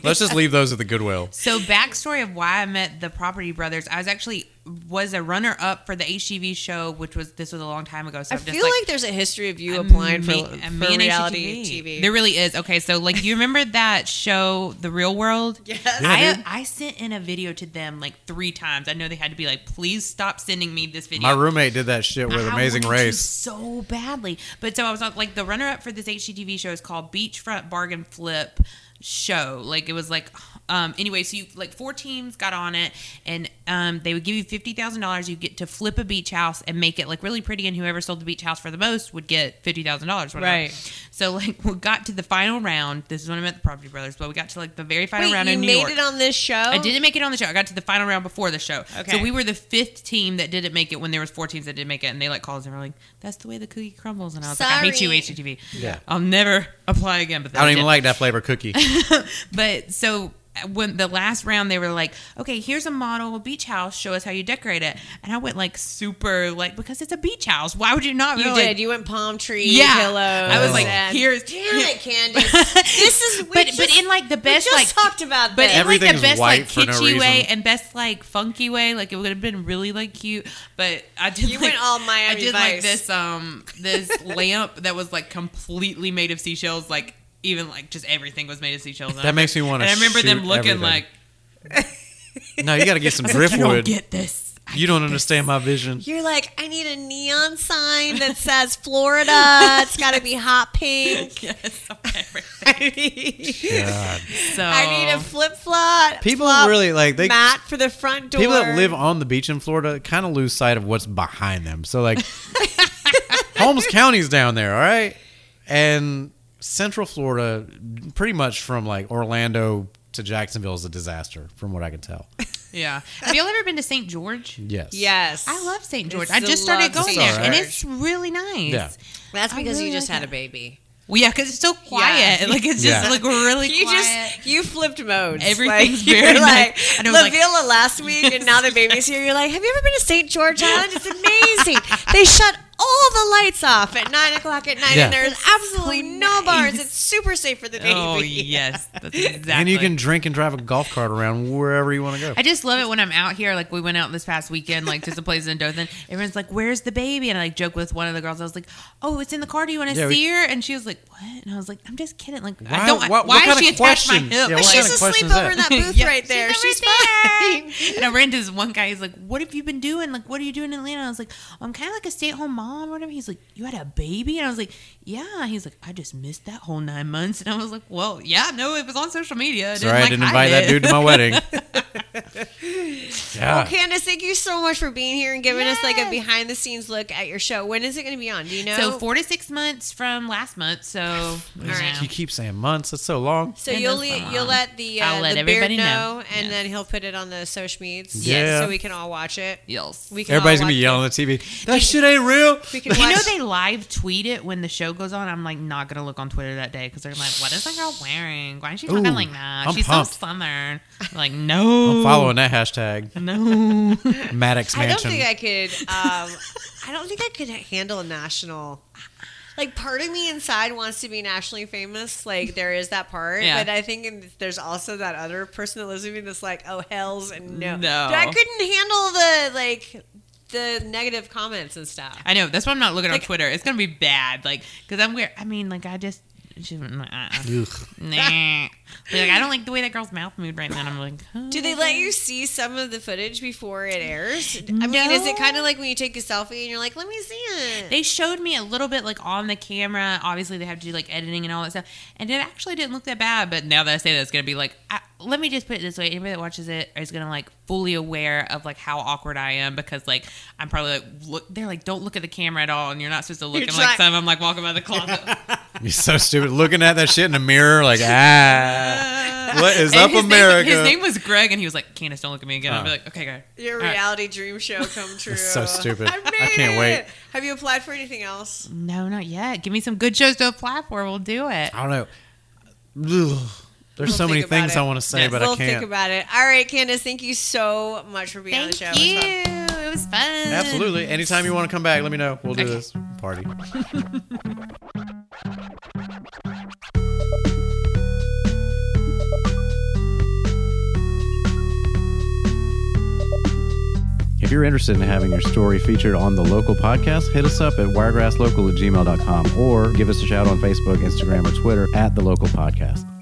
D: Let's just leave those at the Goodwill.
E: So backstory of why I met the Property Brothers. I was actually was a runner up for the HGV show, which was this was a long time ago. So
C: I
E: I'm just
C: feel like,
E: like
C: there's a history of you
E: a
C: applying for,
E: ma-
C: for
E: a man
C: reality TV.
E: There really is. Okay, so like you remember that show, The Real World?
C: Yes.
D: Yeah,
E: I,
D: dude.
E: I sent in a video to them like three times. I know they had to be like, please stop sending me this video.
D: My roommate did that shit with
E: I
D: Amazing
E: wanted to
D: Race.
E: so badly. But so I was on like the runner up for this HGTV show is called Beachfront Bargain Flip Show. Like it was like um anyway, so you like four teams got on it and um they would give you fifty thousand dollars. You get to flip a beach house and make it like really pretty and whoever sold the beach house for the most would get fifty thousand dollars.
C: Right.
E: So like (laughs) we got to the final round. This is when I met the Property Brothers, but we got to like the very final
C: Wait,
E: round
C: you
E: in New
C: made
E: York.
C: it on this show?
E: I didn't make it on the show. I got to the final round before the show.
C: Okay.
E: So we were the fifth team that didn't make it when there was four teams that didn't make it, and they like called us and were like, "That's the way the cookie crumbles." And I was like, "I hate you,
C: Sorry.
E: HGTV.
D: Yeah.
E: I'll never apply again." But
D: I don't
E: they
D: even
E: did.
D: like that flavor cookie.
E: But so uh, when the last round, they were like, "Okay, here's a model beach house. Show us how you decorate it." And I went like super like because it's a beach house. Why would you not?
C: You
E: They were
C: did.
E: like,
C: you went palm tree
E: Yeah.
C: pillows.
E: I
D: was like,
C: and-
E: here's-
C: damn it,
E: (laughs)
C: Candace. this is we
E: but
C: just,
E: but in like the best
C: just
E: like
C: talked about
E: but
C: this.
E: in like the
D: Everything's
E: best
D: white
E: like
D: for no
E: kitschy way
D: reason.
E: and best like funky way like it would have been really like cute but I did
C: You
E: like,
C: went all Miami
E: I did
C: Vice.
E: like this um (laughs) this lamp that was like completely made of seashells like even like just everything was made of seashells And
D: That
E: I-
D: makes me want
E: and
D: to.
E: I remember them looking like
D: No, you got to get
E: (laughs)
D: some
E: you don't
D: driftwood. You
E: get this (laughs) I
D: don't, understand my
E: (laughs)
D: vision.
C: You're like, I need a neon sign that says Florida. It's got to be hot
D: (laughs)
C: pink.
E: yes whatever. (laughs)
C: I need,
D: God.
E: so
C: I need a flip flop.
D: People really like they.
C: mat for the front door.
D: People that live on the beach in Florida kind of lose sight of what's behind them. So
E: (laughs)
D: like, (laughs) Holmes County's down there, all right, and Central Florida, pretty much from like Orlando to Jacksonville is a disaster, from what I can tell.
E: yeah have y'all ever been to St George
D: Yes.
C: Yes,
E: I love St George
C: It's
E: I just
C: a
E: started
C: love
E: going
D: St.
E: there and
C: George.
E: it's really nice
D: Yeah.
C: That's
E: I
C: because
E: really
C: you just
E: like
C: had
E: it.
C: a baby.
E: Well, yeah, because it's so quiet. (laughs) Like it's just
D: Yeah.
E: like really
C: You
E: quiet.
C: just you flipped modes. like, (laughs)
E: Everything's
C: you're
E: very
C: like
E: nice. I know, like-
C: Lavilla last week, and now the baby's here. You're like, have you ever been to St. George Island? It's
D: (laughs)
C: amazing. they shut all the lights off at nine o'clock at night,
D: Yeah.
C: and there's absolutely no
E: nice.
C: bars. It's super safe for the baby.
E: oh (laughs) yes, that's exactly.
D: And you can drink and drive a golf cart around wherever you want to go.
E: I just love it when I'm out here. Like we went out this past weekend, like to some place in Dothan. Everyone's like, "Where's the baby?" And I like joke with one of the girls. I was like, "Oh, it's in the car. Do you want to
D: Yeah, we-
E: see her?" And she was like, "What?" And I was like, "I'm just kidding. Like
D: Why-
E: I don't.
D: what- what
E: why
D: kind
E: is she
D: of
E: attached my
D: question?
E: hip?
D: Yeah,
C: But
D: what
E: Like,
D: kind
C: she's
D: of
C: asleep
D: question is
C: over in
E: (laughs)
C: that
D: that?
C: booth
E: Yeah,
C: right there.
E: over
C: She's,
E: there. (laughs)
C: fine.
E: And I ran into this one guy. He's like, "What have you been doing? Like, what are you doing in Atlanta?" I was like, "I'm kind of like a stay-at-home mom or whatever." He's like, "You had a baby?" And I was like, "Yeah." He's like, "I just missed that whole nine months." (laughs) And I was like, "Well, yeah, no, it was on social media. I didn't,
D: Sorry, I
E: like,
D: didn't
E: hide
D: invite that
E: it."
D: dude to my wedding.
E: (laughs)
C: Well,
D: yeah.
C: Oh, Candace, thank you so much for being here and giving us like a
E: Yes.
C: behind the scenes look at your show. When is it going to be on? Do you know?
E: (laughs) So four to six months from last month. So (sighs) you know.
C: right.
D: You keep saying months. That's so long.
C: So
E: And
C: you'll
E: that's
C: le-
E: the
C: you'll
E: one.
C: let the uh,
E: I'll let
C: the
E: everybody
C: beard know,
E: know.
C: and
E: Yes.
C: then he'll put it on the social meds,
D: Yeah.
C: so we can all watch it.
E: Yes.
C: We can
D: Everybody's
C: all
D: gonna be
C: watch
D: yelling at the TV. That shit ain't real.
C: It. We can
E: (laughs) you
C: watch.
E: know they live tweet it when the show goes on. I'm like not gonna look on Twitter that day because they're like, "What is that girl wearing? Why is she talking
D: Ooh,
E: like that?
D: I'm
E: She's
D: pumped.
E: so (laughs) southern." I'm like,
D: (laughs)
E: no,
D: I'm following that
E: (laughs)
C: (laughs)
D: hashtag.
E: No,
D: Maddox
C: I don't
D: Mansion.
C: think I could. Um, I don't think I could handle a national. Like part of me inside wants to be nationally famous. Like there is that part,
E: Yeah.
C: but I think in, there's also that other person that lives with me that's like, oh hells and no.
E: No.
C: Dude, I couldn't handle the like the negative comments and stuff.
E: I know. That's why I'm not looking
C: Like-
E: on Twitter. It's gonna be bad. Like, cause I'm weird. I mean, like, I just. she- uh-uh. Nah. like, I don't like the way that girl's mouth moved right then. I'm like,
C: Do they let you see some of the footage before it airs? I mean,
E: No.
C: is it kind of like when you take a selfie and you're like, "Let me see it."
E: They showed me a little bit like on the camera. Obviously, they have to do like editing and all that stuff. And it actually didn't look that bad. But now that I say that, it's gonna be like, I, let me just put it this way: anybody that watches it is gonna like fully aware of like how awkward I am because like I'm probably like, look, they're like, don't look at the camera at all, and you're not supposed to look.
C: You're
E: and like
C: try-
E: some, I'm like walking by
C: (laughs)
E: the closet.
D: (laughs) You're so stupid. Looking at that shit in the mirror,
E: (laughs)
D: like, ah, what is
E: And
D: up,
E: his
D: America?
E: Name, his name was Greg, and he was like, Candace, don't look at me again. I'll be
D: Oh.
E: like, okay, Greg.
C: Your
E: All right.
C: reality dream show
D: (laughs)
C: come true. (laughs)
D: so stupid.
C: I,
D: I
C: made
D: can't wait.
C: it. Have you applied for anything else?
E: No, not yet. Give me some good shows to apply for. We'll do it.
D: I don't know. Ugh. There's so
C: think
D: many
C: about
D: things
C: it.
D: I want to say,
E: Yes,
D: but
C: we'll
D: I can't.
C: think about it. All right, Candace, thank you so much for being on the show. It
E: Thank
C: was
E: you.
C: fun.
E: It was fun.
D: Absolutely. Anytime you want to come back, let me know. We'll do
E: Okay.
D: this party.
B: If you're interested in having your story featured on the local podcast, hit us up at wiregrasslocal at gmail.com or give us a shout on Facebook, Instagram, or Twitter at the local podcast.